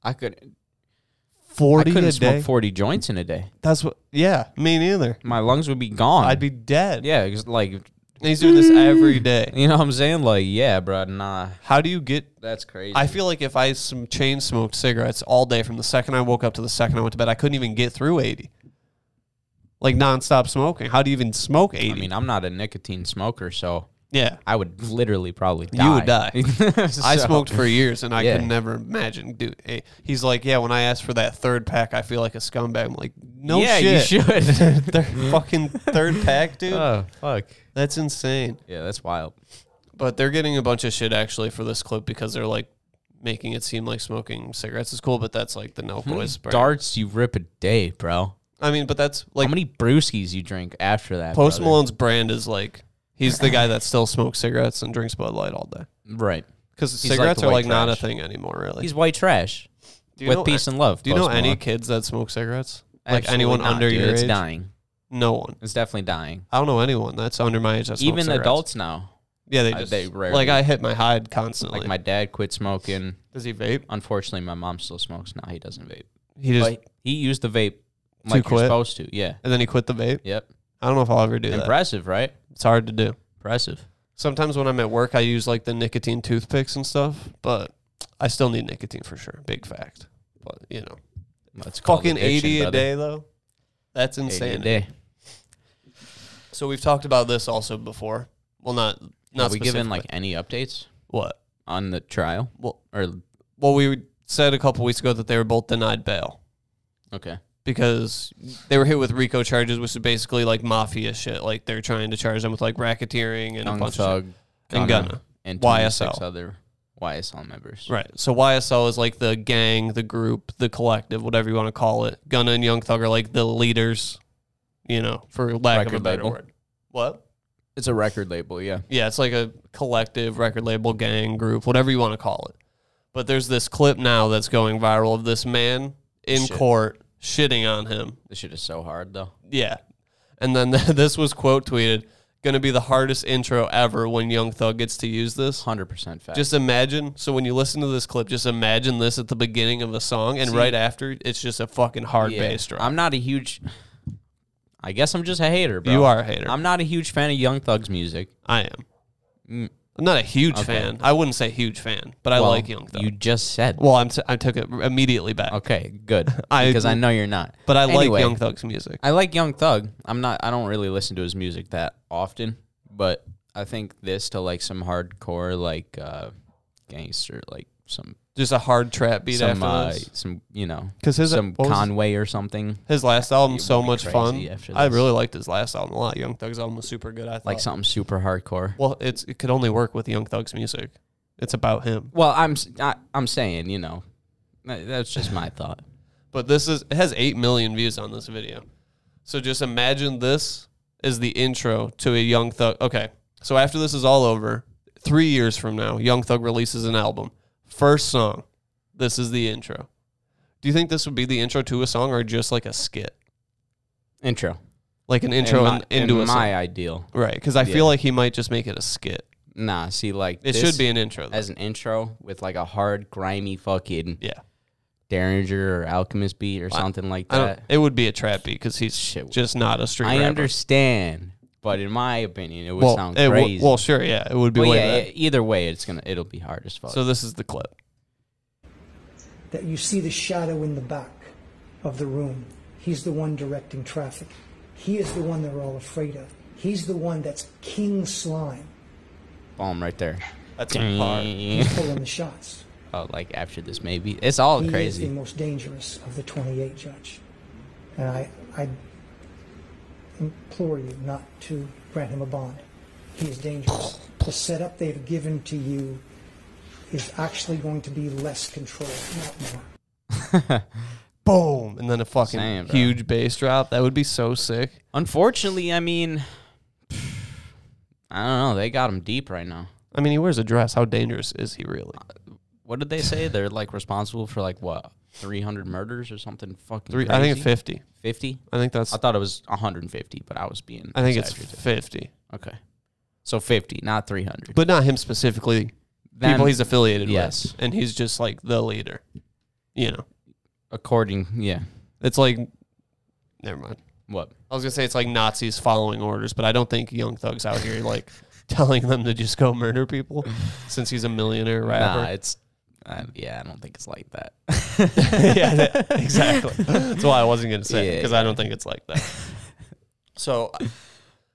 S4: I could. I
S3: forty a
S4: couldn't
S3: day.
S4: smoke forty joints in a day.
S3: That's what. Yeah, me neither.
S4: My lungs would be gone.
S3: I'd be dead.
S4: yeah, it's like
S3: and he's doing this every day.
S4: you know what I'm saying. Like yeah, bro. Nah,
S3: How do you get?
S4: that's crazy.
S3: I feel like if I some chain smoked cigarettes all day from the second I woke up to the second I went to bed, I couldn't even get through eighty. Like nonstop smoking. How do you even smoke eighty?
S4: I mean, I'm not a nicotine smoker, so
S3: yeah.
S4: I would literally probably die.
S3: You would I
S4: So-
S3: smoked for years and I
S4: Yeah.
S3: could never imagine. Dude, eh, he's like, yeah, when I asked for that third pack, I feel like a scumbag. I'm like, no
S4: yeah,
S3: shit.
S4: you should.
S3: Their fucking third pack, dude.
S4: oh fuck.
S3: That's insane.
S4: Yeah, that's wild.
S3: But they're getting a bunch of shit actually for this clip because they're like making it seem like smoking cigarettes is cool, but that's like the
S4: Hmm.
S3: no boys. brand.
S4: Darts you rip a day, bro.
S3: I mean, but that's like
S4: How many brewskis you drink after that?
S3: Post
S4: brother?
S3: Malone's brand is like he's the guy that still smokes cigarettes and drinks Bud Light all day
S4: Right.
S3: because
S4: like the
S3: cigarettes are
S4: white
S3: like not a
S4: trash.
S3: thing anymore. Really,
S4: He's white trash
S3: Do you
S4: with
S3: know-
S4: peace and love.
S3: Do you know
S4: Post
S3: any
S4: Malone.
S3: kids that smoke cigarettes? like
S4: Absolutely
S3: anyone
S4: not,
S3: under
S4: dude.
S3: your
S4: It's
S3: age?
S4: dying.
S3: No one.
S4: It's definitely dying.
S3: I don't know anyone that's under my age. That smokes
S4: Even
S3: cigarettes.
S4: adults now.
S3: Yeah, they
S4: uh,
S3: just
S4: they rarely-
S3: like I hit my hide constantly.
S4: Like my dad quit smoking.
S3: does he vape?
S4: Unfortunately, my mom still smokes. Now he doesn't vape.
S3: He just
S4: But he used the vape like
S3: quit?
S4: you're supposed to. Yeah.
S3: and then he quit the vape.
S4: Yep.
S3: I don't know if I'll ever do that.
S4: Impressive, right?
S3: It's hard to do.
S4: Impressive.
S3: Sometimes when I'm at work, I use like the nicotine toothpicks and stuff, but I still need nicotine for sure. Big fact. But you know,
S4: That's
S3: fucking 80 a day though. That's insane.
S4: a day.
S3: So we've talked about this also before. Well, not not
S4: Are we given like
S3: specifically.
S4: any updates
S3: what?
S4: on the trial?
S3: Well,
S4: Or
S3: well, we said a couple weeks ago that they were both denied bail
S4: okay,
S3: because they were hit with RICO charges, which is basically like mafia shit. Like they're trying to charge them with like racketeering and a
S4: Young
S3: bunch of
S4: Thug
S3: shit. and
S4: Gunna,
S3: Gunna.
S4: and
S3: YSL.
S4: 26 other YSL members.
S3: Right. So YSL is like the gang, the group, the collective, whatever you want to call it. Gunna and Young Thug are like the leaders, you know, for lack of a
S4: Record
S3: better
S4: label.
S3: word. What?
S4: It's a record label, yeah.
S3: Yeah, it's like a collective record label, gang, group, whatever you want to call it. But there's this clip now that's going viral of this man in
S4: Shit.
S3: court shitting on him.
S4: This shit is so hard though.
S3: Yeah. And then this was quote tweeted, going to be the hardest intro ever when Young Thug gets to use this.
S4: Hundred percent fact.
S3: Just imagine. So when you listen to this clip, just imagine this at the beginning of a song, and right after, it's just a fucking hard
S4: Yeah.
S3: bass drum.
S4: I'm not a huge. I guess I'm just a hater, bro.
S3: you are a hater. I'm,
S4: I'm not a huge fan of Young Thug's music.
S3: I am. I'm not a huge
S4: Mm. Okay.
S3: fan. I wouldn't say huge fan, but I
S4: Well,
S3: like Young Thug.
S4: You just said
S3: well, I'm t- I took it immediately back,
S4: okay, good.
S3: I-
S4: because I know you're not.
S3: but I
S4: Anyway,
S3: like Young Thug's music.
S4: I like Young Thug. I'm not. I don't really listen to his music that often, but I think this to like some hardcore, like uh gangster, like some
S3: Just a hard trap beat
S4: some
S3: after
S4: uh,
S3: this.
S4: some you know
S3: 'Cause his-
S4: some
S3: what was his-
S4: Conway or something
S3: His last album
S4: it
S3: so
S4: would be
S3: much
S4: crazy
S3: fun.
S4: after
S3: I
S4: this.
S3: really liked his last album a lot. Young Thug's album was super good. I thought.
S4: like something super hardcore.
S3: Well, it's it could only work with Young Thug's music. It's about him.
S4: Well, I'm s- I, am i am saying you know that- that's just my thought.
S3: But this is it has eight million views on this video. So just imagine this is the intro to a Young Thug. Okay, so after this is all over, three years from now, Young Thug releases an album. First song, this is the intro. Do you think this would be the intro to a song or just like a skit,
S4: Intro.
S3: like an intro
S4: In my-
S3: in into
S4: in
S3: a
S4: my
S3: song?
S4: ideal.
S3: Right, because I
S4: Yeah.
S3: feel like he might just make it a skit.
S4: Nah, see, like
S3: It
S4: this
S3: should be an intro. Though.
S4: as an intro with like a hard, grimy fucking
S3: yeah,
S4: Derringer or Alchemist beat or something like
S3: I don't,
S4: that.
S3: it would be a trap beat because he's
S4: Shit.
S3: just not a street.
S4: I
S3: rapper.
S4: understand, but in my opinion, it would
S3: Well,
S4: sound
S3: it would-
S4: crazy.
S3: well, sure, yeah, it would be
S4: Well,
S3: way
S4: yeah,
S3: better.
S4: e- either way, it's gonna it'll be hard as fuck.
S3: So this is the clip.
S8: that you see the shadow in the back of the room. He's the one directing traffic. He is the one they're all afraid of. He's the one that's King Slime
S4: Boom, right there.
S3: That's a bar.
S8: pulling the shots.
S4: oh, like after this, maybe it's all
S8: He is the
S4: crazy.
S8: most dangerous of the 28 judge. And I, I implore you not to grant him a bond. He is dangerous. The setup they've given to you is actually going to be less control, not more.
S3: boom, and then a fucking
S4: Saying, bro.
S3: huge bass drop. That would be so sick.
S4: Unfortunately, I mean, I don't know. They got him deep right now.
S3: I mean, he wears a dress. How dangerous is he really?
S4: Uh, What did they say? They're like responsible for like what three hundred murders or something? Fucking
S3: Three, I think
S4: crazy?
S3: it's fifty.
S4: 50?
S3: I think that's.
S4: I thought it was 150, but I was being.
S3: I think it's
S4: exaggerative.
S3: fifty,
S4: okay. So 50, not 300.
S3: but not him specifically.
S4: Then,
S3: people he's affiliated
S4: yes.
S3: with, and he's just like the leader. You know,
S4: according, yeah.
S3: it's like. Never mind.
S4: What?
S3: I was gonna say it's like Nazis following orders, but I don't think Young Thug's out here like telling them to just go murder people, since he's a millionaire rapper.
S4: Nah, it's. Uh, yeah, I don't think it's like that.
S3: yeah, that- exactly. That's why I wasn't going to say
S4: Yeah,
S3: because I don't think it's like that. so,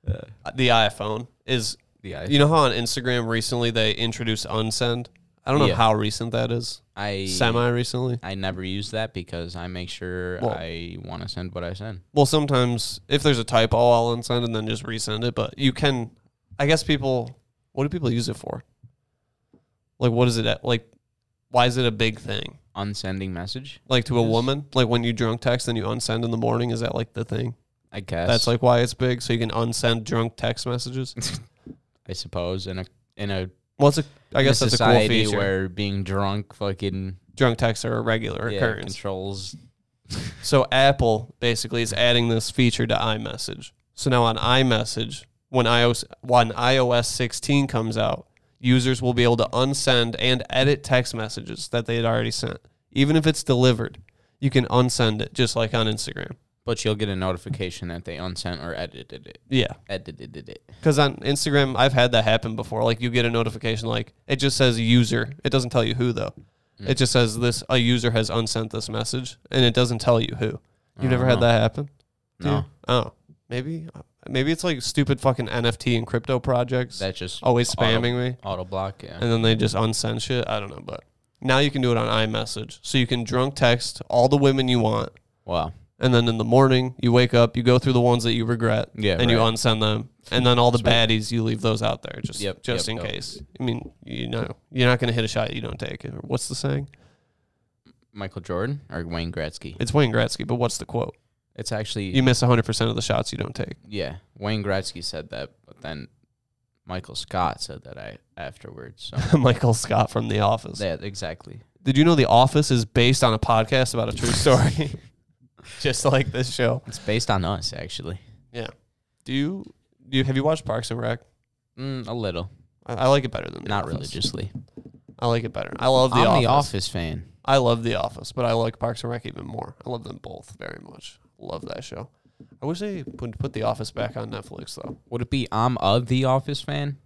S3: uh, the iPhone is.
S4: The iPhone.
S3: You know how on Instagram recently they introduced unsend. I don't know
S4: Yeah.
S3: how recent that is.
S4: I
S3: Semi recently.
S4: I never use that because I make sure
S3: Well-
S4: I want to send what I send.
S3: Well, sometimes if there's a typo, I'll unsend and then just resend it. But you can. I guess people. What do people use it for? Like, what is it at? Like, why is it a big thing?
S4: Unsending message,
S3: Like to a woman, like when you drunk text and you unsend in the morning, is that like the thing?
S4: I guess.
S3: That's like why it's big, so you can unsend drunk text messages.
S4: I suppose in a in a
S3: Well, it's a, I
S4: in
S3: guess
S4: a
S3: that's a cool
S4: society
S3: feature.
S4: where being drunk fucking
S3: drunk texts are a regular
S4: yeah,
S3: occurrence.
S4: controls.
S3: So Apple basically is adding this feature to iMessage. So now on iMessage, when iOS when iOS 16 comes out, users will be able to unsend and edit text messages that they had already sent, even if it's delivered. You can unsend it just like on Instagram.
S4: but you'll get a notification that they unsent or edited it.
S3: Yeah.
S4: Edited it.
S3: Because on Instagram, I've had that happen before. Like you get a notification, like it just says user. It doesn't tell you who though.
S4: Mm.
S3: It just says this a user has unsent this message, and it doesn't tell you who. You have never had that happen?
S4: Oh, No.
S3: Oh, maybe maybe it's like stupid fucking NFT and crypto projects
S4: That's just
S3: always spamming me,
S4: auto block. Yeah.
S3: Oh. and then they just unsend shit. I don't know, but now you can do it on iMessage, so you can drunk text all the women you want,
S4: Wow.
S3: and then in the morning you wake up, you go through the ones that you regret,
S4: Yeah,
S3: and you
S4: right.
S3: unsend them, and then all the baddies you leave those out there just
S4: Yep,
S3: just
S4: yep, oh.
S3: in
S4: yep.
S3: case. I mean, you know, you're not gonna hit a shot you don't take. Or What's the saying?
S4: Michael Jordan or Wayne Gretzky?
S3: It's Wayne Gretzky, but what's the quote?
S4: It's actually
S3: You miss 100 percent of the shots you don't take.
S4: yeah. Wayne Gretzky said that, but then Michael Scott said that I afterwards. So
S3: Michael Scott from The Office.
S4: that exactly.
S3: Did you know The Office is based on a podcast about a true story? Just like this show.
S4: It's based on us actually.
S3: Yeah. Do you do you have you watched Parks and Rec?
S4: Mm, a little,
S3: I, I like it better than The
S4: not
S3: Office.
S4: religiously.
S3: I like it better. I love The
S4: I'm
S3: Office.
S4: the Office fan.
S3: I love The Office, but I like Parks and Rec even more. I love them both very much. Love that show. I wish they would put The Office back on Netflix though.
S4: Would it be I'm a The Office fan?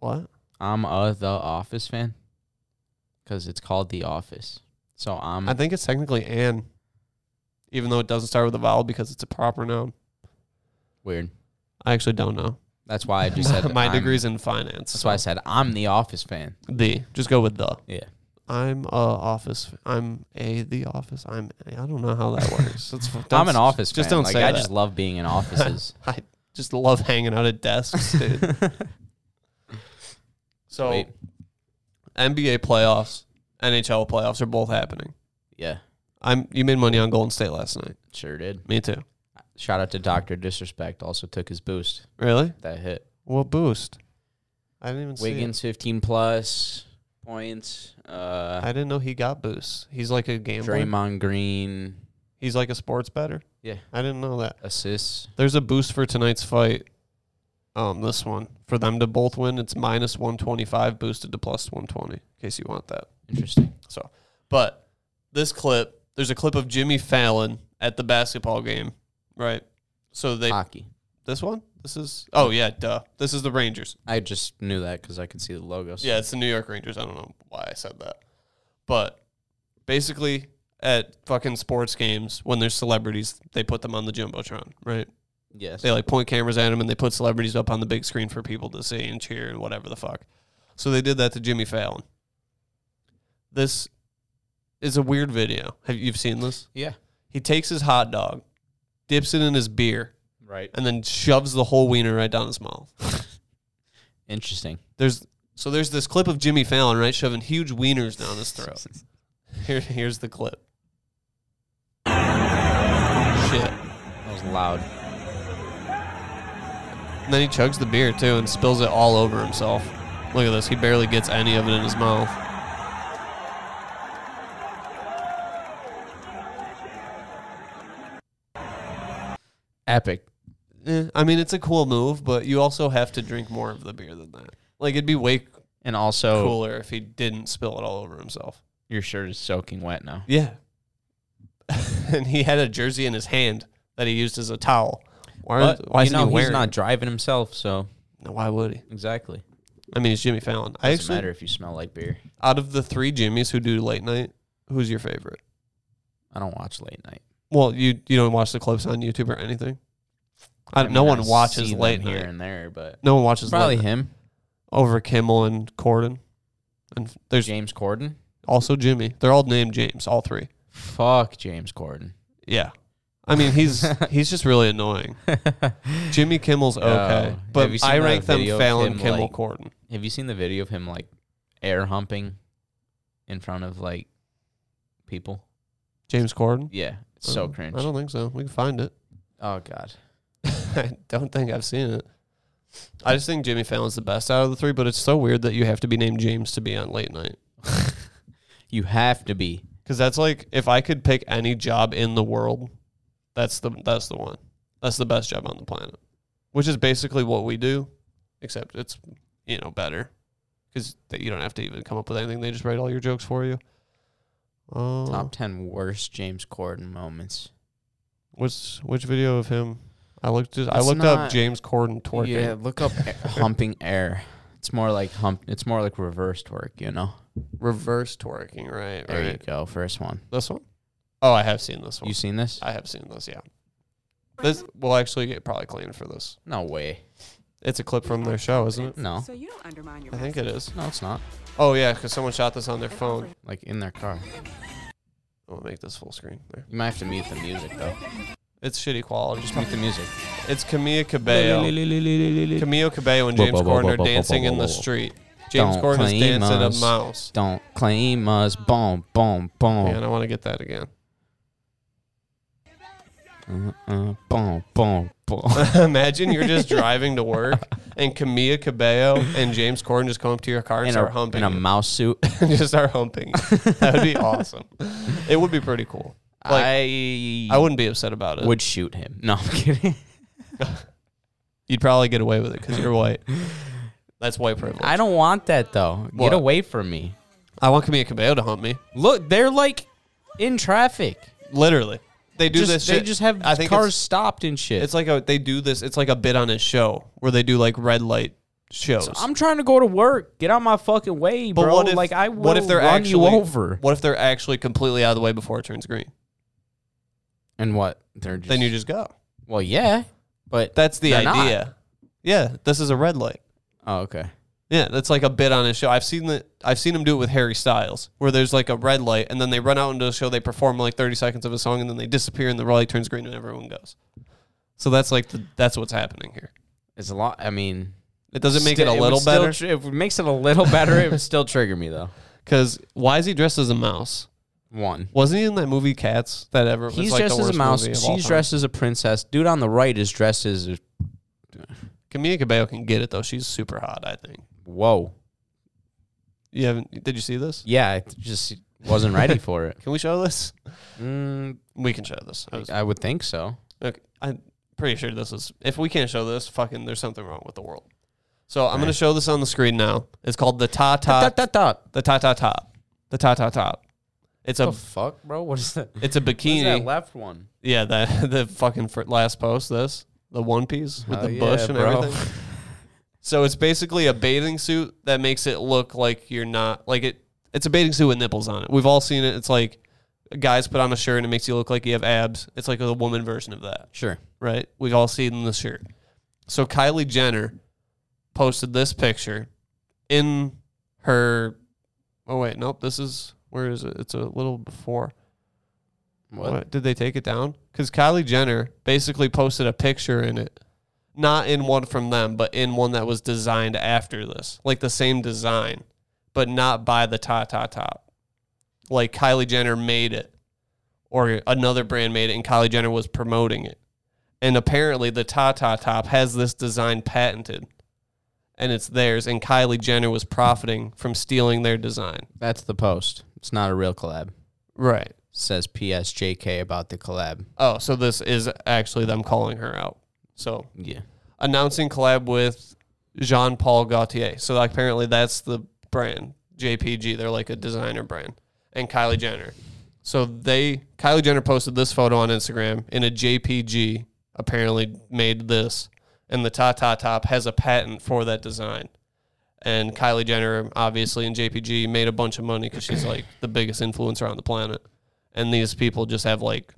S3: What?
S4: I'm a The Office fan because it's called The Office. So I'm
S3: I think it's technically an, even though it doesn't start with a vowel because it's a proper noun.
S4: weird.
S3: I actually don't know.
S4: That's why I just said
S3: My
S4: I'm-
S3: degree's in finance.
S4: That's why I said I'm The Office fan.
S3: the. Just go with the.
S4: Yeah.
S3: I'm a office. I'm a the office. I'm. A, I don't know how that works. That's,
S4: I'm an office.
S3: Just
S4: fan.
S3: don't
S4: like,
S3: say
S4: I
S3: that.
S4: just love being in offices.
S3: I just love hanging out at desks, dude. so,
S4: Sweet.
S3: NBA playoffs, NHL playoffs are both happening.
S4: yeah,
S3: I'm. You made money on Golden State last night.
S4: sure did.
S3: Me too.
S4: Shout out to Doctor Disrespect. Also took his boost.
S3: Really?
S4: That hit
S3: What boost? I didn't even see. it.
S4: Wiggins 15 plus points. Uh,
S3: I didn't know he got boosts. He's like a gambler.
S4: Draymond Green
S3: He's like a sports better.
S4: Yeah.
S3: I didn't know that.
S4: assists.
S3: There's a boost for tonight's fight. Um, this one for them to both win, it's minus one twenty five boosted to plus one twenty. In case you want that.
S4: Interesting.
S3: So, but this clip, there's a clip of Jimmy Fallon at the basketball game, right? So they
S4: Hockey.
S3: this one. This is oh yeah, duh. This is the Rangers.
S4: I just knew that because I could see the logos.
S3: Yeah, it's the New York Rangers. I don't know why I said that. But basically, at fucking sports games, when there's celebrities, they put them on the Jumbotron, right?
S4: Yes.
S3: They like point cameras at them and they put celebrities up on the big screen for people to see and cheer and whatever the fuck. So they did that to Jimmy Fallon. This is a weird video. Have you've seen this?
S4: yeah.
S3: He takes his hot dog, dips it in his beer,
S4: Right.
S3: and then shoves the whole wiener right down his mouth.
S4: Interesting.
S3: There's so there's this clip of Jimmy Fallon right shoving huge wieners down his throat. Here, here's the clip. Shit.
S4: That was loud.
S3: And then he chugs the beer too and spills it all over himself. Look at this. He barely gets any of it in his mouth.
S4: Epic.
S3: Eh, I mean, it's a cool move, but you also have to drink more of the beer than that. Like it'd be way
S4: And also,
S3: cooler if he didn't spill it all over himself.
S4: your shirt is soaking wet now.
S3: Yeah. and he had a jersey in his hand that he used as a towel. Why? aren't-
S4: But,
S3: why
S4: you
S3: isn't
S4: know,
S3: he wearing?
S4: he's not
S3: it?
S4: driving himself, so
S3: No, why would he?
S4: exactly.
S3: I mean, it's Jimmy Fallon. I
S4: Doesn't
S3: actually,
S4: matter if you smell like beer.
S3: out of the three Jimmys who do late night, who's your favorite?
S4: I don't watch late night.
S3: Well, you you don't watch the clips on YouTube or anything. I,
S4: I mean,
S3: no
S4: I
S3: one watches
S4: see them
S3: late
S4: here
S3: night.
S4: and there, but
S3: No one watches
S4: probably
S3: late night.
S4: him.
S3: over Kimmel and Corden, and there's
S4: James Corden.
S3: also Jimmy. They're all named James. All three.
S4: Fuck James Corden.
S3: Yeah. I mean, he's he's just really annoying. Jimmy Kimmel's okay,
S4: Have you
S3: but
S4: seen
S3: I
S4: the
S3: rank them
S4: video of
S3: Fallon,
S4: him,
S3: Kimmel,
S4: like-
S3: Corden.
S4: Have you seen the video of him like air humping in front of like people?
S3: James Corden.
S4: Yeah, it's
S3: I
S4: so
S3: don't-
S4: cringe.
S3: I don't think so. We can find it.
S4: oh god.
S3: I don't think I've seen it. I just think Jimmy Fallon's the best out of the three, but it's so weird that you have to be named James to be on late night.
S4: You have to be.
S3: Because that's like if I could pick any job in the world, that's the that's the one. That's the best job on the planet. Which is basically what we do, except it's you know better because you don't have to even come up with anything. They just write all your jokes for you. Oh,
S4: Top 10 worst James Corden moments.
S3: What's which video of him? I looked. Just, I
S4: It's
S3: looked
S4: not-
S3: up James Corden twerking.
S4: Yeah, look up a- humping air. It's more like hump. It's more like reverse twerk, you know.
S3: reverse twerking. Right,
S4: There you
S3: right.
S4: go. First one.
S3: This one? Oh, I have seen this one.
S4: You seen this?
S3: I have seen this. Yeah. This will actually get probably cleaned for this.
S4: No way.
S3: It's a clip from their show, isn't it?
S4: No.
S9: So you don't undermine your
S3: I think it is.
S4: No, it's not.
S3: Oh yeah, because someone shot this on their phone.
S4: Like in their car.
S3: I'm gonna make this full screen. There.
S4: You might have to mute the music though.
S3: It's shitty quality.
S4: Just mute the music.
S3: It's Camilla Cabello. Camille Cabello and
S4: Whoa,
S3: James
S4: whoa, whoa,
S3: Corden
S4: whoa,
S3: are
S4: whoa,
S3: dancing
S4: whoa,
S3: in the
S4: whoa, whoa.
S3: street. James
S4: Don't
S3: Corden is
S4: claim
S3: dancing a
S4: us.
S3: mouse.
S4: Don't claim us. Boom,
S3: Man,
S4: boom, boom.
S3: I want to get that again.
S4: Uh, uh, boom, boom, boom.
S3: Imagine you're just driving to work and Camilla Cabello and James Corden just come up to your car and
S4: In
S3: start
S4: a,
S3: humping
S4: in a
S3: you.
S4: mouse suit.
S3: and just start humping. you. That would be awesome. It would be pretty cool. Like,
S4: I,
S3: I wouldn't be upset about it.
S4: would shoot him. No, I'm kidding.
S3: You'd probably get away with it because you're white. That's white privilege.
S4: I don't want that though.
S3: What?
S4: Get away from me.
S3: I want Camila Cabello to hump me.
S4: Look, they're like in traffic.
S3: Literally, they do
S4: Just-
S3: this.
S4: they
S3: shit-
S4: just have
S3: I think
S4: cars
S3: It's,
S4: stopped and shit.
S3: it's like a they do this. It's like a bit on his show where they do like red light shows.
S4: I'm trying to go to work. Get out my fucking way, bro. like I will
S3: what if they're
S4: run
S3: actually
S4: you over.
S3: What if they're actually completely out of the way before it turns green?
S4: And what? They're just,
S3: Then you just go.
S4: well, yeah, but
S3: That's the
S4: They're not.
S3: idea. Yeah, this is a red light.
S4: oh okay.
S3: Yeah, that's like a bit on his show. I've seen that. I've seen him do it with Harry Styles, where there's like a red light, and then they run out into a show. They perform like 30 seconds of a song, and then they disappear, and the red light turns green, and everyone goes. So that's like the, that's what's happening here.
S4: It's a lot. I mean,
S3: It doesn't make
S4: sti-
S3: it a
S4: would
S3: little
S4: still
S3: better
S4: tr- if it makes it a little better, it would still trigger me though.
S3: because why is he dressed as a mouse?
S4: One.
S3: Wasn't he in that movie Cats? That ever was
S4: He's
S3: like
S4: dressed
S3: the
S4: as a
S3: worst
S4: mouse.
S3: movie of all
S4: She's
S3: time?
S4: dressed as a princess. Dude on the right is dressed as a,
S3: Camila Cabello can get it though. She's super hot. I think.
S4: whoa.
S3: You haven't? Did you see this?
S4: Yeah, I just wasn't ready for it.
S3: Can we show this?
S4: Mm,
S3: We can show this. I, was,
S4: I would think so.
S3: Okay, I'm pretty sure this is. If we can't show this, fucking, there's something wrong with the world. So I'm gonna show this on the screen now. It's called the ta ta
S4: Dot, dot, dot.
S3: the ta ta top the ta ta top. It's a
S4: the fuck, bro? What is that?
S3: it's a bikini.
S4: left one?
S3: yeah, that the fucking fir- last post. This the one piece with
S4: Hell
S3: the
S4: Oh, yeah,
S3: bush and
S4: bro.
S3: everything. So it's basically a bathing suit that makes it look like you're not like it. It's a bathing suit with nipples on it. We've all seen it. It's like guys put on a shirt and it makes you look like you have abs. It's like a woman version of that.
S4: Sure.
S3: right? We've all seen this shirt. So Kylie Jenner posted this picture in her. Oh wait, nope. This is where is it? It's a little before.
S4: What?
S3: did they take it down? Because Kylie Jenner basically posted a picture in it, not in one from them, but in one that was designed after this, like the same design, but not by the Ta Ta Top. Like Kylie Jenner made it, or another brand made it, and Kylie Jenner was promoting it and apparently the Tata top has this design patented and it's theirs and Kylie Jenner was profiting from stealing their design.
S4: That's the post. It's not a real collab. It
S3: Right.
S4: says PSJK about the collab.
S3: Oh, so this is actually them calling her out. So,
S4: Yeah.
S3: announcing collab with Jean-Paul Gaultier. So like, apparently that's the brand, JPG. They're like a designer brand and Kylie Jenner. So they Kylie Jenner posted this photo on Instagram in a JPG apparently made this and the Ta Ta top has a patent for that design. And Kylie Jenner obviously in JPG made a bunch of money cuz she's like the biggest influencer on the planet. And these people just have like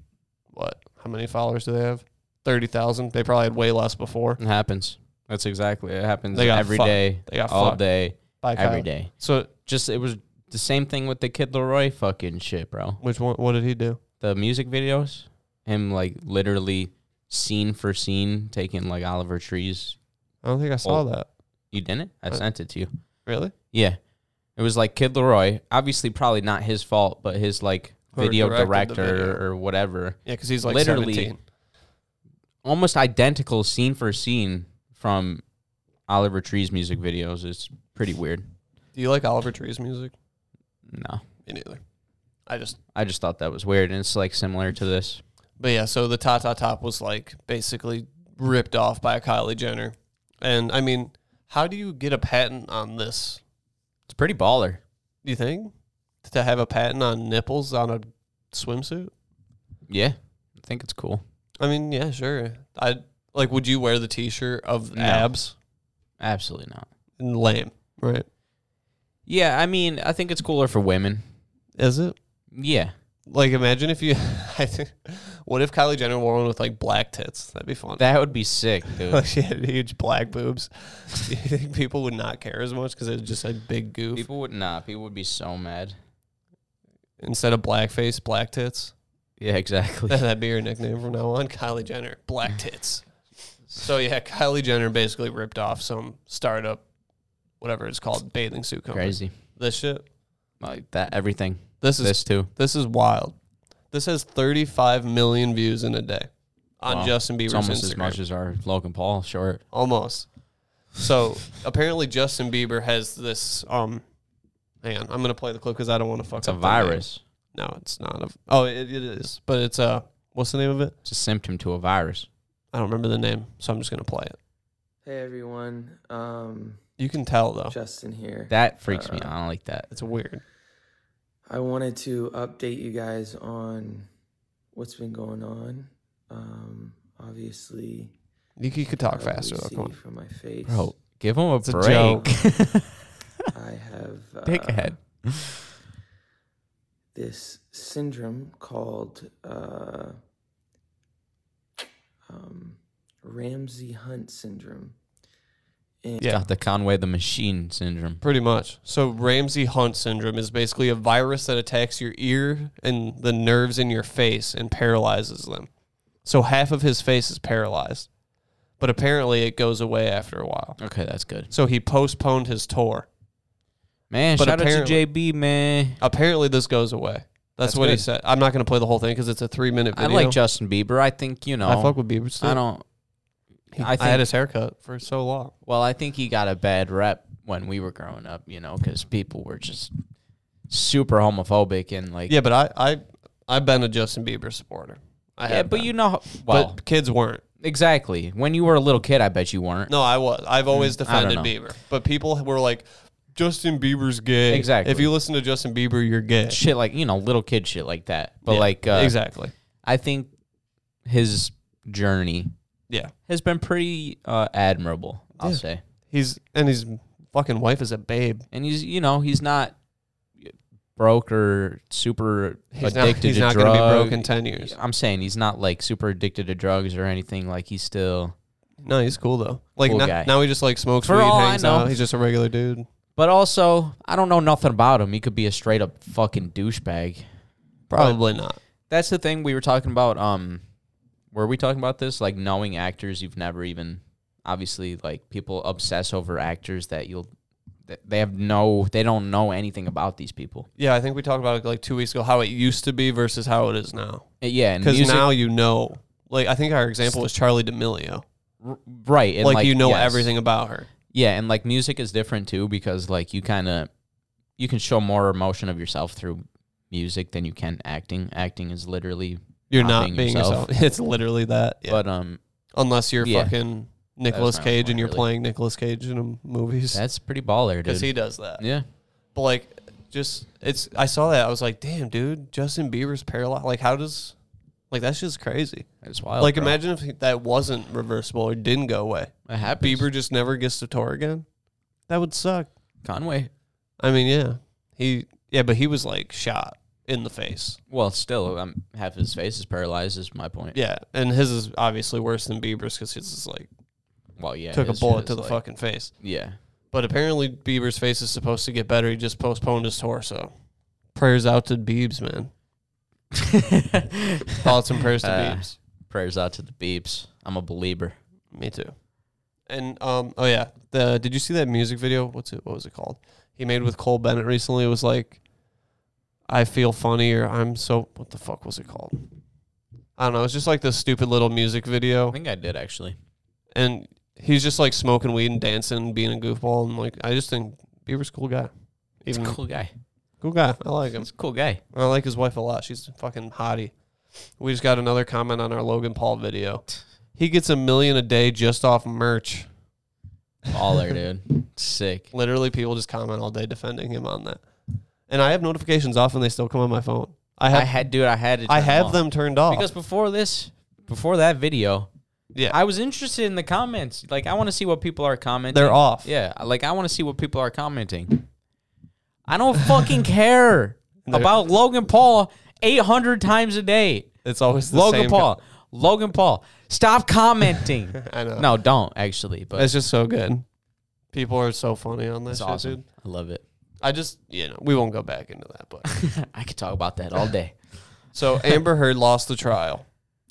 S3: what? How many followers do they have? 30,000. They probably had way less before.
S4: It happens. That's exactly it happens
S3: They got
S4: every
S3: fucked.
S4: day.
S3: They got
S4: all
S3: fucked
S4: day.
S3: by
S4: Every
S3: Kylie.
S4: day.
S3: So
S4: Just it was the same thing with the Kid Leroy fucking shit, bro.
S3: which one? What did he do?
S4: The music videos, him like literally scene for scene taking like Oliver Trees.
S3: I don't think I saw that.
S4: You didn't? I sent it to you.
S3: Really?
S4: Yeah. It was like Kid Leroy, obviously probably not his fault, but his like
S3: Who
S4: video
S3: directed the
S4: director
S3: video.
S4: or whatever.
S3: Yeah, because he's like
S4: Literally.
S3: 17.
S4: Almost identical scene for scene from Oliver Tree's music videos. It's pretty weird.
S3: Do you like Oliver Tree's music?
S4: No.
S3: Me neither. I just.
S4: I just thought that was weird and it's like similar to this.
S3: But yeah, so the Ta Ta Top was like basically ripped off by Kylie Jenner, and I mean, how do you get a patent on this?
S4: It's pretty baller.
S3: Do you think to have a patent on nipples on a swimsuit?
S4: Yeah. I think it's cool.
S3: I mean, yeah, sure. I like. Would you wear the T-shirt of abs?
S4: Absolutely not.
S3: Lame, right?
S4: Yeah, I mean, I think it's cooler for women.
S3: Is it
S4: Yeah.
S3: like? Imagine if you. I think. What if Kylie Jenner wore one with like black tits? That'd be fun.
S4: That would be sick, dude.
S3: Like she had huge black boobs. Do you think people would not care as much because it was just a big goof
S4: people would not. People would be so mad.
S3: instead of blackface, black tits?
S4: Yeah, exactly.
S3: That'd be her nickname from now on, Kylie Jenner, black tits. so yeah, Kylie Jenner basically ripped off some startup, whatever it's called, bathing suit company.
S4: Crazy.
S3: This shit.
S4: Like that everything.
S3: This is
S4: This too.
S3: this is wild. This has 35 million views in a day on
S4: Wow.
S3: Justin Bieber's
S4: It's almost
S3: Instagram.
S4: as much as our Logan Paul short.
S3: almost. So apparently Justin Bieber has this. Um, hang on, I'm gonna play the clip because I don't want to fuck.
S4: It's a
S3: up the name.
S4: virus.
S3: No, it's not a. Oh, it, it is, but it's a. What's the name of it?
S4: It's a symptom to a virus.
S3: I don't remember the name, so I'm just gonna play it.
S9: Hey everyone, um,
S3: You can tell
S2: Oh.
S3: though.
S9: Justin here.
S4: That freaks me
S9: Uh,
S4: out. I don't like that.
S3: It's weird.
S9: I wanted to update you guys on what's been going on. Um, obviously,
S3: You, c- you could talk
S9: probably
S3: faster though.
S9: see
S3: Come on.
S9: from my face.
S4: Bro, give him a
S3: a
S4: break.
S3: joke.
S9: I have uh,
S4: Dickhead.
S9: this syndrome called uh, um, Ramsey Hunt syndrome. And
S3: Yeah.
S4: Got the Conway the Machine syndrome.
S3: Pretty much. So Ramsey Hunt syndrome is basically a virus that attacks your ear and the nerves in your face and paralyzes them. So half of his face is paralyzed. But apparently it goes away after a while.
S4: Okay, that's good.
S3: So he postponed his tour.
S4: Man,
S3: But
S4: shout out to
S3: apparently-
S4: JB, man.
S3: Apparently this goes away. That's,
S4: That's
S3: what he
S4: good.
S3: said. I'm not going to play the whole thing because it's a three minute
S4: I
S3: video.
S4: like Justin Bieber. I think, you know,
S3: I fuck with Bieber still.
S4: I don't.
S3: He-
S4: I
S3: I had
S4: think-
S3: his haircut for so long.
S4: Well, I think he got a bad rep when we were growing up, you know, because people were just super homophobic and like.
S3: Yeah, but I, I I've been a Justin Bieber supporter. I
S4: Yeah,
S3: have
S4: but
S3: been.
S4: you know, well,
S3: but kids weren't.
S4: exactly. When you were a little kid, I bet you weren't.
S3: No, I was. I've always
S4: Mm, I don't
S3: defended Bieber, but people were like, "Justin Bieber's gay."
S4: Exactly.
S3: If you listen to Justin Bieber, you're gay.
S4: Shit like, you know, little kid shit like that. But
S3: Yeah,
S4: like, uh,
S3: exactly.
S4: I think his journey
S3: Yeah,
S4: has been pretty uh, admirable, I'll
S3: Yeah.
S4: say.
S3: he's and his fucking wife is a babe.
S4: And he's, you know, he's not broke or super
S3: He's not.
S4: addicted
S3: He's
S4: to
S3: not
S4: drugs.
S3: going to be broke in ten years.
S4: I'm saying he's not like super addicted to drugs or anything. Like he's still,
S3: No, he's cool though. Like
S4: Cool
S3: no-
S4: guy.
S3: now, he just like smokes
S4: For
S3: weed,
S4: all I
S3: hangs
S4: know.
S3: out. He's just a regular dude.
S4: but also I don't know nothing about him. He could be a straight up fucking douchebag.
S3: Probably not.
S4: That's the thing we were talking about. Um, were we talking about this? Like knowing actors you've never even, obviously, like people obsess over actors that you'll, that they have no, they don't know anything about these people.
S3: Yeah, I think we talked about it like two weeks ago how it used to be versus how it is now.
S4: Uh, Yeah, and
S3: Because
S4: music-
S3: now you know. Like I think our example was Charlie D'Amelio.
S4: r- right? And
S3: like, you know
S4: yes.
S3: everything about her.
S4: Yeah, and like music is different too because like you kind of you can show more emotion of yourself through music than you can acting. Acting is literally
S3: You're
S4: Not
S3: not,
S4: being
S3: being yourself. It's literally that. Yeah.
S4: but um
S3: Unless you're
S4: Yeah.
S3: fucking Nicolas
S4: my
S3: Cage
S4: point,
S3: and you're
S4: really.
S3: playing Nicolas Cage in a movies
S4: that's pretty baller, dude.
S3: because he does that.
S4: yeah.
S3: But like, just it's. I saw that. I was like, damn, dude, Justin Bieber's paralyzed. Like, how does? Like that's just crazy.
S4: It's wild.
S3: like
S4: bro.
S3: imagine if he- that wasn't reversible or didn't go away.
S4: It happens.
S3: Bieber just never gets to tour again. That would suck.
S4: Conway.
S3: I mean, yeah, he yeah, but he was like shot in the face.
S4: Well, still, um, half his face is paralyzed. Is my point.
S3: Yeah, and his is obviously worse than Bieber's because his is like
S4: Well, yeah.
S3: took a
S4: his shit
S3: bullet to
S4: is
S3: the
S4: like-
S3: fucking face.
S4: Yeah.
S3: But apparently Bieber's face is supposed to get better. He just postponed his tour, so prayers out to Biebs, man. Thoughts and prayers to
S4: Uh,
S3: Biebs.
S4: Prayers out to the beeps. I'm a believer.
S3: Me too. And um, oh yeah, the did you see that music video? What's it? What was it called? He made with Cole Bennett recently. It was like, I feel funny or I'm so. What the fuck was it called? I don't know. It's just like this stupid little music video.
S4: I think I did actually.
S3: and he's just like smoking weed and dancing and being a goofball and like I just think Bieber's a cool guy.
S4: He's a
S3: Even
S4: cool guy.
S3: cool guy. I like him.
S4: He's a cool guy.
S3: I like his wife a lot. She's a fucking hottie. We just got another comment on our Logan Paul video. He gets a million a day just off merch.
S4: Baller, dude. Sick.
S3: Literally people just comment all day defending him on that. And I have notifications off and they still come on my phone. I
S4: I
S3: have
S4: had, dude. I had. to
S3: I
S4: turn
S3: have
S4: off.
S3: them turned off.
S4: because before this, before that video,
S3: Yeah.
S4: I was interested in the comments. Like, I want to see what people are commenting.
S3: They're off.
S4: Yeah, like I want to see what people are commenting. I don't fucking care about Logan Paul 800 times a day.
S3: It's always the
S4: Logan
S3: same co-
S4: Paul. Logan Paul. Stop commenting.
S3: I know.
S4: No, don't actually. But
S3: It's just so good. People are so funny on this
S4: it's
S3: shit,
S4: awesome.
S3: dude.
S4: I love it.
S3: I just, you know, we won't go back into that, but
S4: I could talk about that all day.
S3: so Amber Heard lost the trial.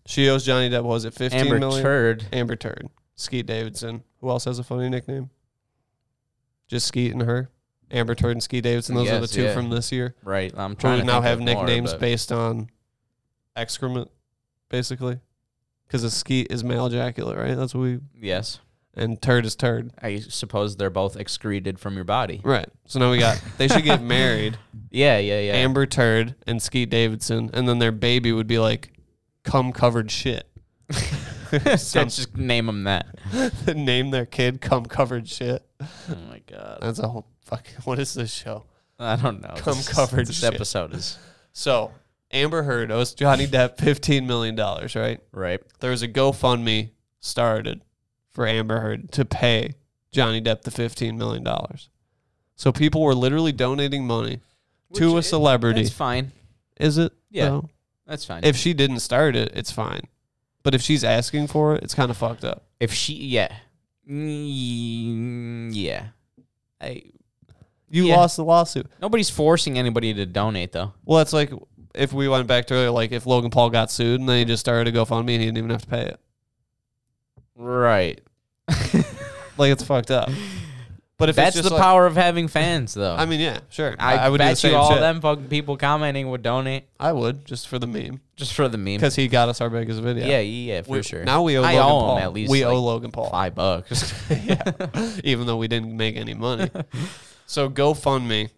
S3: She owes Johnny Depp was it fifteen
S4: Amber
S3: million?
S4: Turd.
S3: Amber Turd. Skeet Davidson. Who else has a funny nickname? Just Skeet and her. Amber Turd and Skeet Davidson. Those are the
S4: Yes,
S3: two
S4: yeah.
S3: from this year.
S4: Right. I'm trying
S3: Who
S4: to
S3: now
S4: think
S3: have
S4: of more,
S3: nicknames
S4: but-
S3: based on excrement, basically. Because a skeet is male ejaculate, right? That's what we
S4: Yes.
S3: and turd is turd.
S4: I suppose they're both excreted from your body.
S3: Right. So now we got they should get married.
S4: Yeah, yeah, yeah.
S3: Amber Turd and Skeet Davidson, and then their baby would be like cum covered shit. Some-
S4: Let's just name them that.
S3: name their kid cum covered shit.
S4: Oh my god.
S3: That's a whole fucking what is this show?
S4: I don't know.
S3: Cum
S4: This-
S3: covered
S4: This
S3: shit.
S4: episode is
S3: So Amber Heard owes Johnny Depp fifteen million dollars, right?
S4: right.
S3: There was a GoFundMe started for Amber Heard to pay Johnny Depp the fifteen million dollars. So people were literally donating money to a
S4: Which i-
S3: celebrity.
S4: That's fine.
S3: is it?
S4: Yeah.
S3: though?
S4: That's fine.
S3: If she didn't start it, it's fine. But if she's asking for it, it's kind of fucked up.
S4: if she, yeah, Mm, yeah. I,
S3: You
S4: Yeah.
S3: lost the lawsuit.
S4: nobody's forcing anybody to donate though.
S3: Well, that's like if we went back to earlier, like if Logan Paul got sued and then he just started a GoFundMe and he didn't even have to pay it.
S4: Right.
S3: Like it's fucked up. But if
S4: That's
S3: it's
S4: the
S3: just like-
S4: power of having fans though.
S3: I mean, yeah, sure.
S4: I,
S3: would do the
S4: bet
S3: same
S4: you all
S3: shit.
S4: them fucking people commenting would donate
S3: I would just for the meme
S4: just for the meme.
S3: because he got us our biggest video.
S4: yeah, yeah, yeah, for
S3: We-
S4: sure.
S3: Now we owe
S4: I
S3: Logan
S4: owe him
S3: Paul.
S4: at least,
S3: we owe
S4: like,
S3: Logan Paul.
S4: five bucks.
S3: yeah. Even though we didn't make any money. so GoFundMe.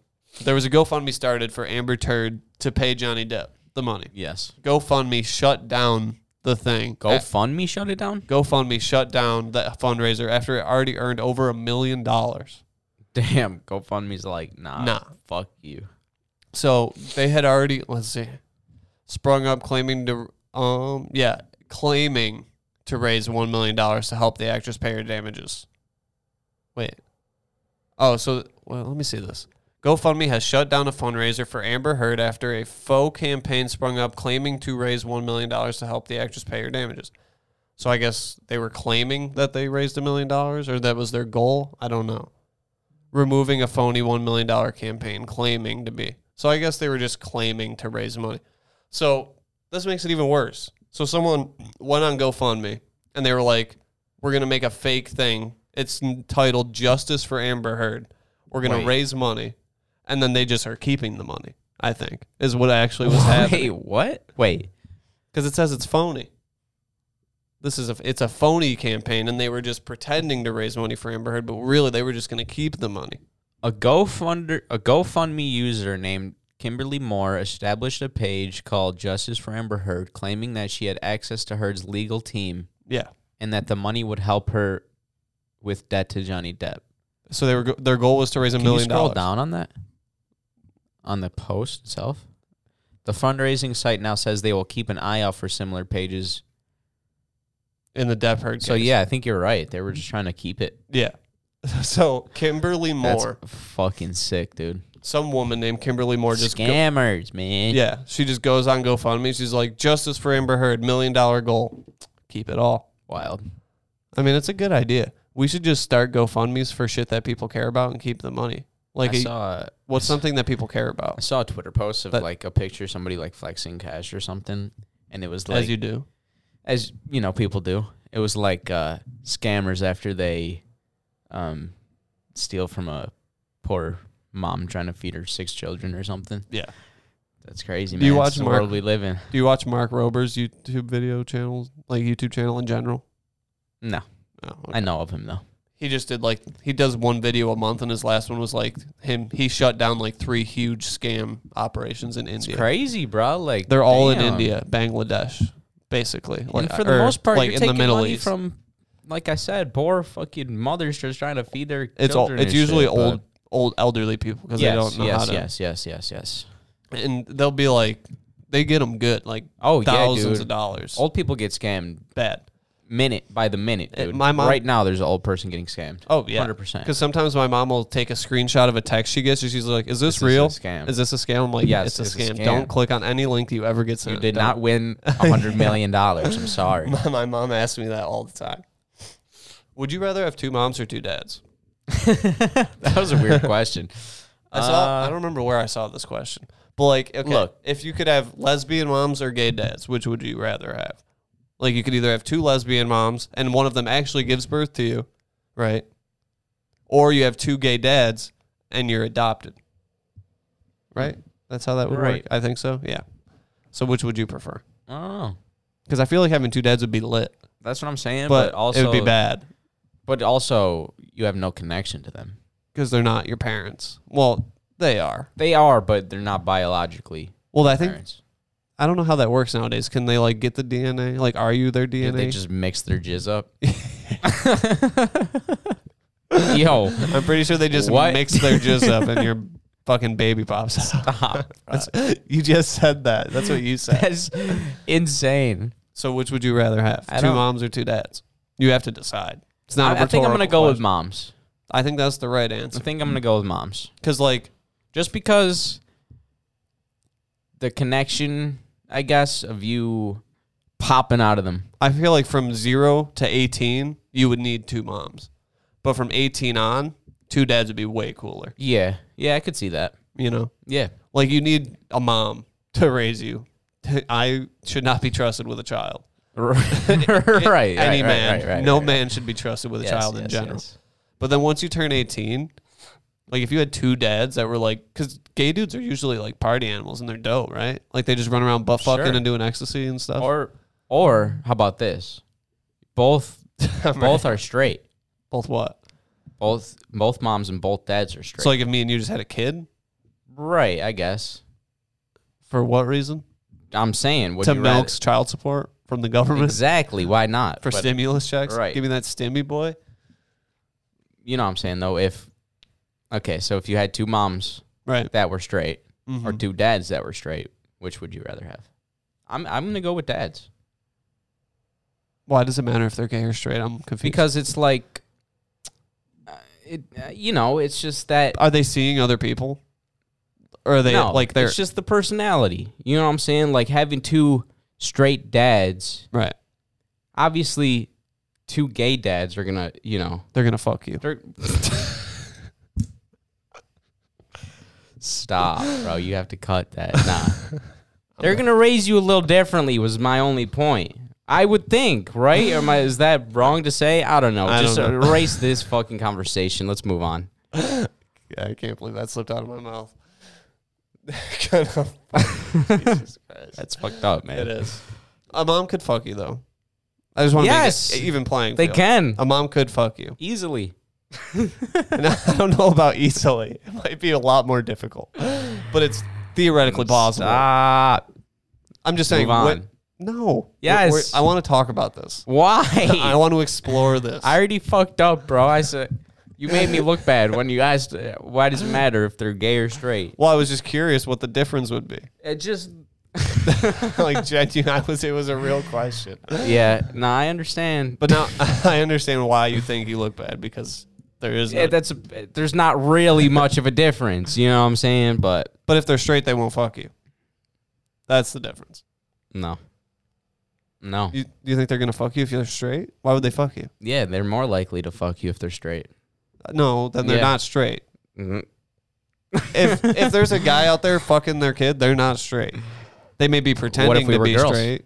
S3: There was a GoFundMe started for Amber Turd to pay Johnny Depp the money.
S4: yes.
S3: GoFundMe shut down the thing. Uh,
S4: GoFundMe shut it down.
S3: GoFundMe shut down the fundraiser after it already earned over a million dollars.
S4: Damn, GoFundMe's like nah,
S3: Nah.
S4: fuck you.
S3: So they had already let's see, sprung up claiming to um yeah claiming to raise one million dollars to help the actress pay her damages. Wait, oh so well let me see this. GoFundMe has shut down a fundraiser for Amber Heard after a faux campaign sprung up claiming to raise $1 million to help the actress pay her damages. So I guess they were claiming that they raised a million dollars or that was their goal. I don't know. Removing a phony $1 million campaign claiming to be. So I guess they were just claiming to raise money. So this makes it even worse. So someone went on GoFundMe and they were like, we're going to make a fake thing. It's titled Justice for Amber Heard. We're going
S4: Wait.
S3: to raise money. And then they just are keeping the money, I think, is what actually was happening.
S4: Wait, what? Wait,
S3: Because it says it's phony. This is a it's a phony campaign, and they were just pretending to raise money for Amber Heard, but really they were just going to keep the money.
S4: a GoFunder, a GoFundMe user named Kimberly Moore established a page called Justice for Amber Heard, claiming that she had access to Heard's legal team
S3: Yeah.
S4: and that the money would help her with debt to Johnny Depp.
S3: So they were go- their goal was to raise a
S4: Can you
S3: million
S4: scroll
S3: dollars.
S4: down on that? On the post itself, the fundraising site now says they will keep an eye out for similar pages.
S3: in the Depp Heard.
S4: So
S3: case.
S4: yeah, I think you're right. They were just trying to keep it.
S3: yeah. So Kimberly
S4: That's
S3: Moore,
S4: fucking sick, dude.
S3: some woman named Kimberly Moore, just go-
S4: Scammers, man.
S3: yeah, she just goes on GoFundMe. She's like, "Justice for Amber Heard, million dollar goal, keep it all."
S4: Wild.
S3: I mean, it's a good idea. We should just start GoFundmes for shit that people care about and keep the money. Like,
S4: I
S3: a-
S4: saw
S3: what's something that people care
S4: I
S3: about?
S4: saw a Twitter post of
S3: But-
S4: like a picture of somebody like flexing cash or something, and it was like
S3: as you do.
S4: as you know people do. It was like uh, scammers after they um, steal from a poor mom trying to feed her six children or something.
S3: Yeah.
S4: That's crazy, man.
S3: Do you
S4: It's
S3: watch
S4: the
S3: Mark-
S4: world we live in?
S3: Do you watch Mark Rober's YouTube video channel, like YouTube channel in general? Oh,
S4: No,
S3: No.
S4: I know of him though.
S3: He just did like he does one video a month, and his last one was like him. He shut down like three huge scam operations in
S4: It's
S3: India.
S4: crazy, bro. Like
S3: They're all in
S4: damn.
S3: India, Bangladesh, basically.
S4: And
S3: Like
S4: for the
S3: or,
S4: most part,
S3: like
S4: you're
S3: in the
S4: taking
S3: Middle
S4: money
S3: East.
S4: from, like I said, poor fucking mothers just trying to feed their.
S3: it's all
S4: children
S3: it's
S4: and
S3: usually
S4: shit, but-
S3: old old elderly people because
S4: yes,
S3: they don't know
S4: yes,
S3: how to.
S4: yes, yes, yes, yes.
S3: And they'll be like They get them good, like
S4: Oh yeah,
S3: thousands
S4: dude.
S3: of dollars.
S4: Old people get scammed
S3: bad.
S4: minute by the minute,
S3: Eh,
S4: dude.
S3: my mom-
S4: right now, there's an old person getting scammed.
S3: Oh yeah,
S4: hundred percent.
S3: Because sometimes my mom will take a screenshot of a text she gets, and she's like, "Is this,
S4: This is a
S3: real?
S4: scam."
S3: Is this a scam?" I'm like,
S4: Yes,
S3: it's,
S4: it's a
S3: a, scam.
S4: scam.
S3: Don't click on any link uh, that you ever get sent.
S4: You did
S3: Don't.
S4: not win a hundred million dollars. I'm sorry.
S3: My, my mom asks me that all the time. Would you rather have two moms or two dads?
S4: That was a weird question.
S3: I saw. I don't remember where I saw this question, but like, okay,
S4: Look.
S3: if you could have lesbian moms or gay dads, which would you rather have? Like, you could either have two lesbian moms and one of them actually gives birth to you, right? Or you have two gay dads and you're adopted, right? That's how that would
S4: Right.
S3: work. I think so. Yeah. So, which would you prefer?
S4: I don't know.
S3: Because I feel like having two dads would be lit,
S4: Oh, That's what I'm saying.
S3: but,
S4: But, also,
S3: it would be bad
S4: But also, you have no connection to them.
S3: because they're not your parents. Well, they are.
S4: They are, but they're not biologically
S3: Well, I think
S4: parents.
S3: I don't know how that works nowadays. Can they like get the DNA? Like, are you their
S4: They-
S3: DNA?
S4: They just mix their jizz up. Yo,
S3: I'm pretty sure they just
S4: What?
S3: mix their jizz up and your fucking baby pops out. That's- you just said that. That's what you said.
S4: that's insane.
S3: so, which would you rather have?
S4: I
S3: two
S4: don't-
S3: moms or two dads? You have to decide. It's not. a
S4: I, I think I'm gonna
S3: rhetorical
S4: go with
S3: question.
S4: moms.
S3: I think that's the right
S4: I
S3: answer.
S4: think I'm gonna go with moms.
S3: Because like,
S4: just because the connection, I guess, of you popping out of them.
S3: I feel like from zero to 18, you would need two moms, but from 18 on, two dads would be way cooler.
S4: Yeah, yeah, I could see that.
S3: You know.
S4: Yeah,
S3: Like you need a mom to raise you. I should not be trusted with a child.
S4: right, right.
S3: Any
S4: right,
S3: man,
S4: right, right,
S3: no
S4: right.
S3: man should be trusted with a
S4: Yes,
S3: child in
S4: yes,
S3: general.
S4: yes.
S3: But then once you turn 18, like if you had two dads that were like, because gay dudes are usually like party animals and they're dope, right? Like they just run around butt fucking
S4: Sure.
S3: and doing ecstasy and stuff.
S4: Or, or how about this? Both, both are straight.
S3: both what?
S4: Both, both moms and both dads are straight.
S3: So like if me and you just had a kid,
S4: right, I guess.
S3: for what reason?
S4: I'm saying would
S3: to
S4: you
S3: milk
S4: rather-
S3: child support from the government
S4: exactly. Why not?
S3: for
S4: But
S3: stimulus checks.
S4: Right.
S3: Give me that stimmy boy.
S4: you know what I'm saying though. If okay, so if you had two moms
S3: Right.
S4: that were straight or
S3: Mhm.
S4: two dads that were straight, which would you rather have? I'm I'm gonna go with dads
S3: Why does it matter if they're gay or straight? I'm confused.
S4: because it's like, uh, it uh, you know it's just that
S3: are they seeing other people? Or are they
S4: no,
S3: like they're
S4: it's just the personality. You know what I'm saying? Like having two straight dads,
S3: right?
S4: obviously, two gay dads are gonna you know
S3: They're gonna fuck you.
S4: they're. Stop, bro. You have to cut that. Nah. They're gonna raise you a little differently was my only point. I would think, right? Am I is that wrong to say? I don't know.
S3: I
S4: Just
S3: don't know.
S4: erase this fucking conversation. Let's move on.
S3: Yeah, I can't believe that slipped out of my mouth. Jesus Christ,
S4: That's fucked up, man.
S3: it is. A mom could fuck you though. I just want to
S4: Yes.
S3: make it even playing.
S4: They
S3: field.
S4: can.
S3: A mom could fuck you.
S4: Easily.
S3: And I don't know about easily. It might be a lot more difficult, but it's theoretically possible.
S4: Stop.
S3: I'm just saying.
S4: Move on.
S3: what- no.
S4: Yes.
S3: We're- I want to talk about this. I
S4: Why?
S3: want to explore this.
S4: I already fucked up, bro. I said you made me look bad when you asked uh, why does it matter if they're gay or straight?
S3: well, I was just curious what the difference would be.
S4: It just
S3: like genuine. I was. It was a real question.
S4: Yeah, no, I understand.
S3: But now I understand why you think you look bad because there is.
S4: Yeah,
S3: No,
S4: that's a, there's not really much of a difference, you know what I'm saying? But
S3: but if they're straight, they won't fuck you. That's the difference.
S4: no, no,
S3: You, do you think they're gonna fuck you if you're straight? Why would they fuck you?
S4: yeah, they're more likely to fuck you if they're straight.
S3: No, then they're
S4: Yeah.
S3: not straight.
S4: Mhm.
S3: If if there's a guy out there fucking their kid, they're not straight. They may be pretending
S4: we
S3: to
S4: were
S3: be
S4: girls?
S3: straight.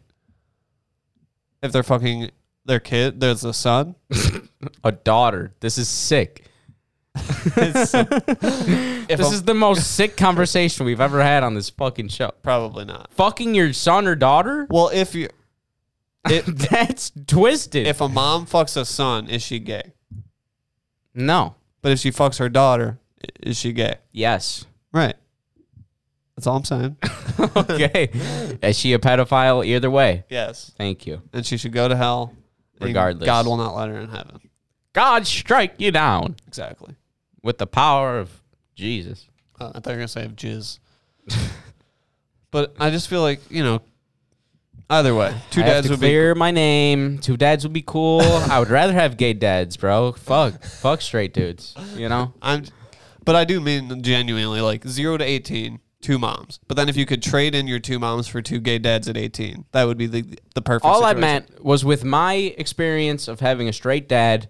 S3: If they're fucking their kid, there's a son.
S4: A daughter, this is sick.
S3: It's- if
S4: this
S3: a-
S4: is the most sick conversation we've ever had on this fucking show.
S3: probably not.
S4: Fucking your son or daughter?
S3: Well, if you
S4: That's twisted.
S3: if a mom fucks a son, is she gay?
S4: no,
S3: But if she fucks her daughter, i- is she gay?
S4: yes.
S3: Right. That's all I'm saying.
S4: Okay, is she a pedophile? Either way,
S3: yes.
S4: thank you.
S3: And she should go to hell. and
S4: Regardless.
S3: God will not let her in heaven.
S4: God strike you down
S3: Exactly.
S4: with the power of Jesus.
S3: Uh, I thought you were going to say of jizz. But I just feel like you know, either way, two
S4: I have
S3: dads
S4: to
S3: would be
S4: clear my name. Two dads would be cool. I would rather have gay dads, bro. Fuck, fuck straight dudes. You know,
S3: I'm, but I do mean genuinely like zero to 18, two moms. But then if you could trade in your two moms for two gay dads at 18, that would be the, the perfect
S4: all I
S3: situation.
S4: meant was with my experience of having a straight dad.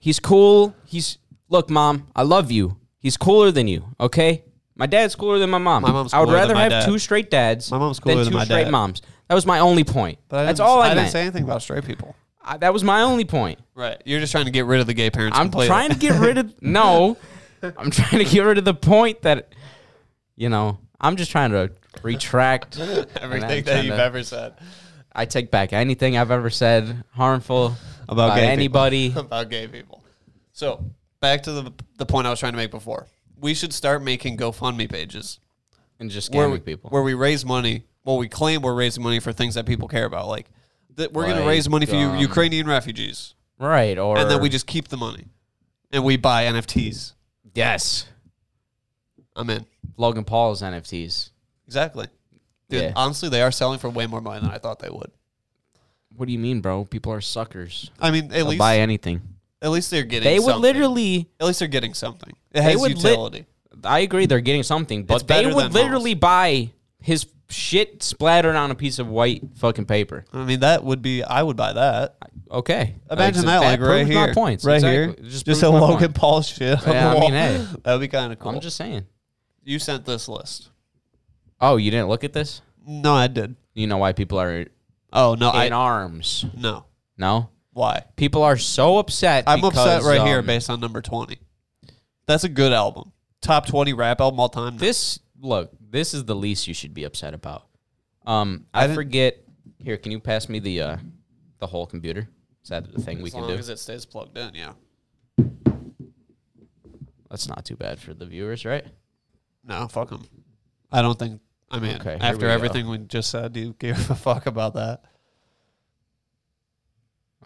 S4: He's cool. He's look, mom. I love you. He's cooler than you. Okay, my dad's cooler than my mom.
S3: My mom's
S4: I would
S3: cooler than
S4: rather
S3: my
S4: have
S3: dad.
S4: two straight dads.
S3: My mom's
S4: than
S3: cooler
S4: two
S3: than my
S4: straight
S3: dad.
S4: moms. That was my only point.
S3: But I
S4: That's
S3: didn't-
S4: all I,
S3: I
S4: meant.
S3: didn't say anything about straight people.
S4: I- that was my only point.
S3: Right. You're just trying to get rid of the gay parents.
S4: I'm
S3: completely.
S4: trying to get rid of no. I'm trying to get rid of the point that you know. I'm just trying to retract and I'm
S3: everything that
S4: trying
S3: you've
S4: to-
S3: ever said
S4: I take back anything I've ever said harmful
S3: About
S4: about,
S3: gay people.
S4: anybody.
S3: about gay people. So back to the the point I was trying to make before. We should start making GoFundMe pages
S4: and just
S3: where
S4: scamming
S3: we,
S4: people.
S3: where we raise money. Well, we claim we're raising money for things that people care about, like that we're going to
S4: Like,
S3: raise money for U-
S4: um,
S3: Ukrainian refugees,
S4: right or
S3: and then we just keep the money and we buy NFTs.
S4: yes.
S3: I'm in.
S4: Logan Paul's NFTs.
S3: Exactly. Dude,
S4: Yeah.
S3: honestly, they are selling for way more money than I thought they would.
S4: What do you mean, bro? People are suckers.
S3: I mean, at
S4: They'll
S3: least
S4: buy anything.
S3: at least they're getting.
S4: They would
S3: something.
S4: literally.
S3: At least they're getting something. It has
S4: would lit-
S3: utility.
S4: I agree, they're getting something,
S3: It's
S4: but they
S3: better
S4: would
S3: than
S4: literally buy his shit splattered on a piece of white fucking paper.
S3: I mean, that would be. I would buy that.
S4: Okay.
S3: Imagine
S4: so
S3: that, like right
S4: proves
S3: here,
S4: My points.
S3: right
S4: exactly.
S3: here,
S4: It
S3: just,
S4: proves
S3: a
S4: my
S3: Logan
S4: point.
S3: Paul shit. On
S4: Yeah,
S3: the
S4: I
S3: wall.
S4: mean, hey.
S3: that'd be kind of cool.
S4: I'm just saying.
S3: you sent this list.
S4: Oh, you didn't look at this?
S3: No, I did.
S4: You know why people are in
S3: Oh no, I
S4: arms?
S3: no.
S4: No,
S3: Why?
S4: people are so upset.
S3: I'm upset
S4: because,
S3: right here
S4: um,
S3: based on number twenty. That's a good album. Top twenty rap album all time.
S4: This look. This is the least you should be upset about. Um,
S3: I
S4: I,
S3: didn't-
S4: forget. Here, can you pass me the uh, the whole computer? Is that the thing we
S3: as
S4: can
S3: long
S4: do?
S3: as it stays plugged in, yeah.
S4: That's not too bad for the viewers, right?
S3: No, fuck them. I don't think. I mean,
S4: Okay, here we
S3: after
S4: go.
S3: everything we just said, do you give a fuck about that?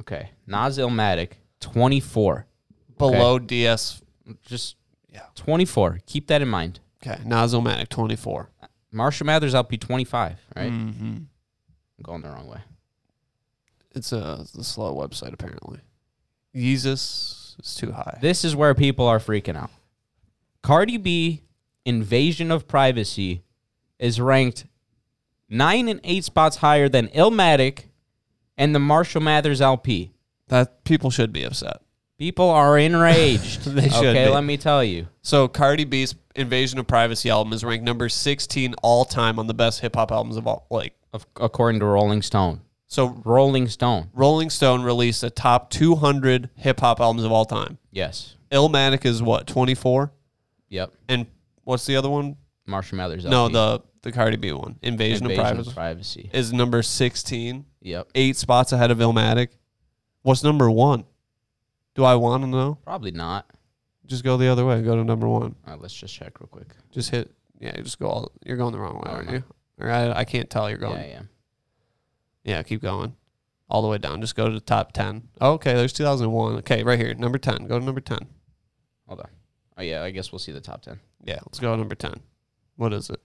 S4: Okay, Nas Illmatic, twenty four.
S3: Below DS.
S4: Just
S3: Yeah.
S4: twenty four. Keep that in mind.
S3: Okay, Nozomatic twenty four.
S4: Marshall Mathers LP twenty five. Right,
S3: Mm-hmm.
S4: I'm going the wrong way.
S3: It's a it's a slow website apparently. Yeezus is too high.
S4: This is where people are freaking out. Cardi B invasion of privacy is ranked nine and eight spots higher than Illmatic and the Marshall Mathers LP.
S3: That people should be upset.
S4: People are enraged.
S3: They should
S4: okay,
S3: be.
S4: let me tell you.
S3: So Cardi B's Invasion of Privacy album is ranked number 16 all time on the best hip hop albums of all like
S4: Of, according to Rolling Stone,
S3: so
S4: Rolling Stone,
S3: Rolling Stone released a top 200 hip hop albums of all time.
S4: yes,
S3: Illmatic is what 24
S4: yep,
S3: and what's the other one?
S4: Marshall Mathers LP.
S3: No, the the Cardi B one. Invasion, of Privacy
S4: privacy.
S3: is number 16,
S4: Yep,
S3: 8 spots ahead of Illmatic. What's number 1? Do I want to know?
S4: probably not.
S3: Just go the other way. Go to number 1.
S4: All right, let's just check real quick.
S3: Just hit yeah, just go all, you're going the wrong way,
S4: Oh,
S3: aren't
S4: no.
S3: you? Or I, I can't tell you're going.
S4: Yeah, yeah.
S3: Yeah, keep going. All the way down. Just go to the top 10. Oh, okay, there's 2001. Okay, right here. Number 10. Go to number 10.
S4: Hold on. Oh yeah, I guess we'll see the top ten.
S3: Yeah, let's go to number 10. What is it?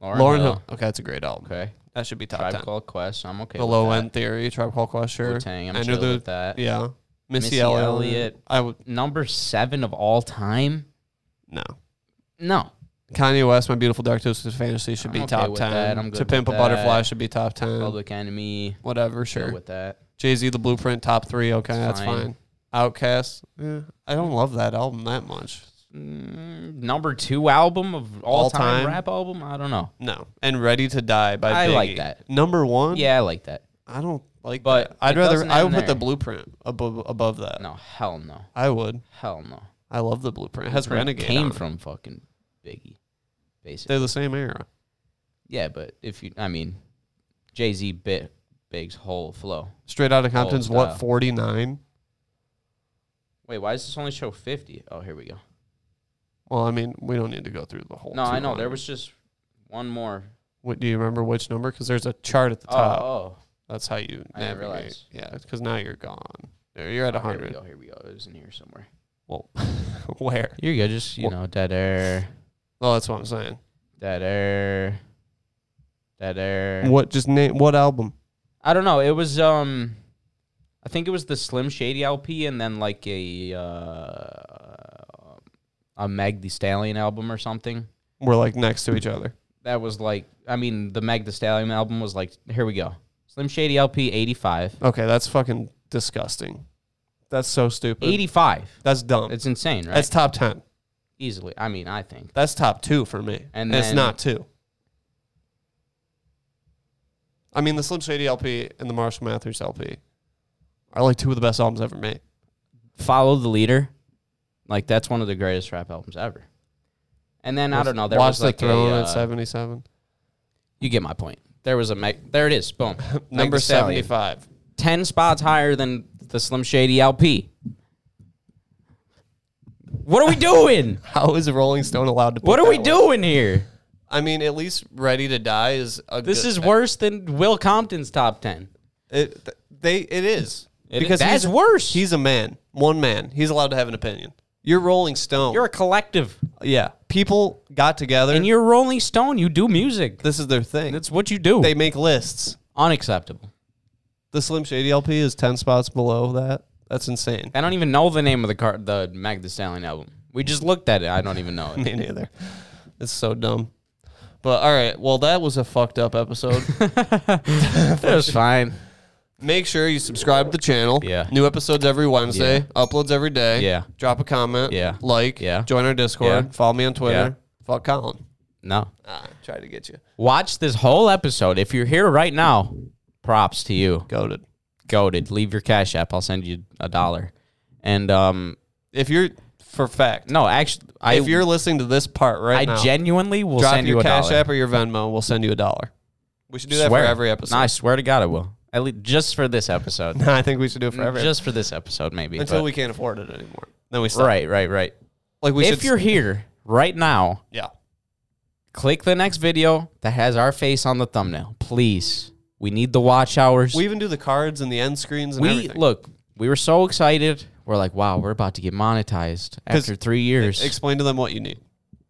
S4: Lauren,
S3: Lauren, Hill. Okay, that's a great album.
S4: Okay.
S3: That should be top
S4: Tribe
S3: 10.
S4: Called Quest. I'm okay.
S3: the
S4: with
S3: Low
S4: that.
S3: End Theory, Tribe Called Quest, sure.
S4: Wu-Tang, I'm
S3: I know
S4: chill
S3: the-
S4: with that.
S3: Yeah. Missy,
S4: Missy
S3: Elliott.
S4: Elliott.
S3: I would,
S4: Number seven of all time.
S3: no.
S4: No,
S3: Kanye West, My Beautiful Dark Twisted Fantasy should be
S4: I'm okay
S3: top
S4: with
S3: 10.
S4: that. I'm good
S3: to Pimp a
S4: with
S3: Butterfly
S4: that.
S3: should be top 10.
S4: Public Enemy.
S3: Whatever,
S4: Sure.
S3: Uh, sure.
S4: with that.
S3: Jay Z, The Blueprint, top three. Okay, that's
S4: It's
S3: fine.
S4: fine.
S3: Outcast. I don't love that album that much.
S4: Mm, number two album of all,
S3: All
S4: time,
S3: time?
S4: rap album. I don't know.
S3: No. And Ready to Die by
S4: I like
S3: Biggie.
S4: that.
S3: Number one?
S4: Yeah, I like that.
S3: I don't like
S4: But
S3: that. I'd
S4: it
S3: rather
S4: doesn't
S3: I would
S4: end
S3: put the
S4: there.
S3: blueprint above above that.
S4: No, hell no,
S3: I would.
S4: hell no.
S3: I love the blueprint. It has
S4: Blueprint
S3: Renegade.
S4: came
S3: on it.
S4: from fucking Biggie, basically.
S3: They're the same era.
S4: yeah, but if you, I mean, Jay Z bit Big's whole flow.
S3: Straight
S4: Oh,
S3: out of Compton's
S4: Old
S3: what
S4: style.
S3: forty nine?
S4: Wait, why does this only show fifty? Oh, here we go.
S3: Well, I mean, we don't need to go through the whole.
S4: No, I know
S3: 200.
S4: there was just one more.
S3: What do you remember which number? Because there's a chart at the
S4: Oh,
S3: top.
S4: oh.
S3: That's how you
S4: I
S3: navigate.
S4: didn't realize.
S3: Yeah, because now you're gone. There, you're at
S4: Oh,
S3: a
S4: Here we
S3: hundred.
S4: go. Here we go. It was in here somewhere.
S3: Well, where?
S4: Here you go. Just you
S3: Wha-
S4: know, dead air,
S3: Well, that's what I'm saying.
S4: dead air, That air.
S3: What just name what album?
S4: I don't know. It was um, I think it was the Slim Shady LP, and then like a uh, a Meg The Stallion album or something.
S3: We're like next to each other.
S4: That was like, I mean, the Meg The Stallion album was like, here we go, Slim Shady LP eighty five.
S3: Okay, that's fucking disgusting. That's so stupid.
S4: Eighty five.
S3: That's dumb.
S4: It's insane, right?
S3: That's top ten.
S4: Easily. I mean, I think.
S3: That's top two for me.
S4: And
S3: And it's
S4: then-
S3: not two. I mean, the Slim Shady LP and the Marshall Mathers LP are like two of the best albums ever made.
S4: Follow the leader. Like that's one of the greatest rap albums ever. And then I don't know. There
S3: Watch
S4: was
S3: the
S4: like
S3: Throne
S4: a,
S3: at
S4: uh,
S3: seventy seven.
S4: You get my point. There was a Meg. There it is. Boom. Meg Thee
S3: Number seventy
S4: Stallion.
S3: five.
S4: Ten spots higher than the Slim Shady LP. What are we doing?
S3: How is Rolling Stone allowed to? Pick
S4: what are we
S3: that one?
S4: doing here?
S3: I mean, at least Ready to Die is a.
S4: This
S3: good-
S4: is worse than Will Compton's top ten.
S3: It, th- they it is
S4: It-
S3: because
S4: that's
S3: he's
S4: worse.
S3: He's a man, one man. He's allowed to have an opinion. You're Rolling Stone.
S4: You're a collective,
S3: yeah. People got together.
S4: and you're Rolling Stone. You do music.
S3: this is their thing.
S4: That's what you do.
S3: they make lists.
S4: Unacceptable.
S3: The Slim Shady LP is ten spots below that. That's insane.
S4: I don't even know the name of the car, the Meg Thee Stallion album. We just looked at it. I don't even know
S3: Me
S4: it.
S3: neither. It's so dumb. But all right, well that was a fucked up episode.
S4: it was fine.
S3: Make sure you subscribe to the channel.
S4: Yeah.
S3: New episodes every Wednesday. Uploads every day.
S4: Yeah.
S3: Drop a comment.
S4: Yeah.
S3: Like.
S4: Yeah.
S3: Join our Discord.
S4: Yeah.
S3: Follow me on Twitter. Fuck Colin.
S4: No.
S3: Ah, tried to get you.
S4: Watch this whole episode. If you're here right now, props to you.
S3: Goaded.
S4: Goaded. Leave your cash app. I'll send you a dollar. And um,
S3: If you're for fact,
S4: no, actually, I
S3: if you're listening to this part right
S4: I
S3: now,
S4: genuinely will
S3: drop
S4: send
S3: your
S4: you a
S3: Cash
S4: dollar.
S3: App or your Venmo. We'll send you a dollar. We should do that
S4: Swear.
S3: for every episode.
S4: No, I swear to God, I will. At least just for this episode.
S3: I think we should do it for every
S4: just for this episode, maybe.
S3: episode. until
S4: but-
S3: we can't afford it anymore. Then we stop.
S4: Right, right, right.
S3: Like we
S4: if
S3: should.
S4: you're here right now,
S3: yeah.
S4: click the next video that has our face on the thumbnail, please. We need the watch hours.
S3: We even do the cards and the end screens and
S4: we
S3: everything.
S4: look. We were so excited. We're like, wow, we're about to get monetized
S3: 'Cause
S4: after three years.
S3: Explain to them what you need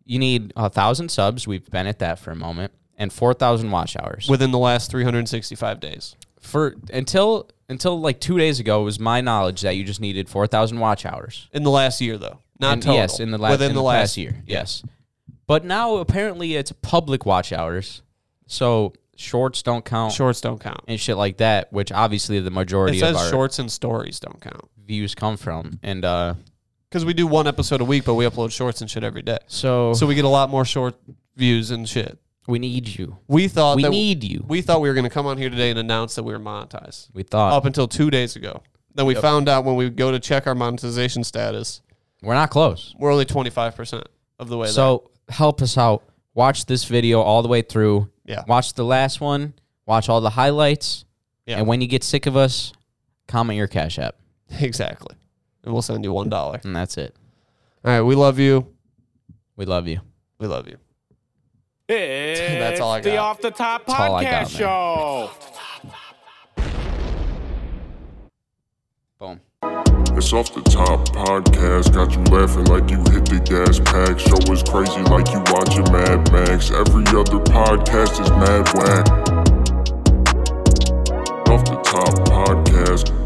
S4: you need a thousand subs. We've been at that for a moment, and four thousand watch hours.
S3: within the last 365 days.
S4: for until until like two days ago, it was my knowledge that you just needed four thousand watch hours.
S3: In the last year, though, not
S4: And
S3: total.
S4: Yes, in the last
S3: within
S4: in
S3: the,
S4: the
S3: last
S4: past year. Yes, but now apparently it's public watch hours, so shorts don't count
S3: Shorts don't count.
S4: and shit like that. Which obviously the
S3: It
S4: majority of
S3: says
S4: our
S3: shorts and stories don't count
S4: views come from, and uh,
S3: because we do one episode a week, but we upload shorts and shit every day.
S4: so
S3: So we get a lot more short views and shit.
S4: we need you.
S3: We thought
S4: We
S3: that
S4: need you.
S3: we thought we were going to come on here today and announce that we were monetized
S4: We thought
S3: up until two days ago. Then we found out when we go to check our monetization status,
S4: we're not close.
S3: we're only twenty five percent of the way. there.
S4: So help us out. Watch this video all the way through.
S3: Yeah.
S4: Watch the last one. Watch all the highlights.
S3: Yeah.
S4: And when you get sick of us, comment your cash app,
S3: exactly, and we'll send you one dollar.
S4: and that's it.
S3: All right, we love you.
S4: We love you.
S3: We love you. That's all I got.
S7: the top
S4: That's all I got, man.
S7: show.
S4: Boom.
S10: It's off the top podcast, got you laughing like you hit the gas pack. Show is crazy like you watching Mad Max. Every other podcast is mad whack. Off the top podcast.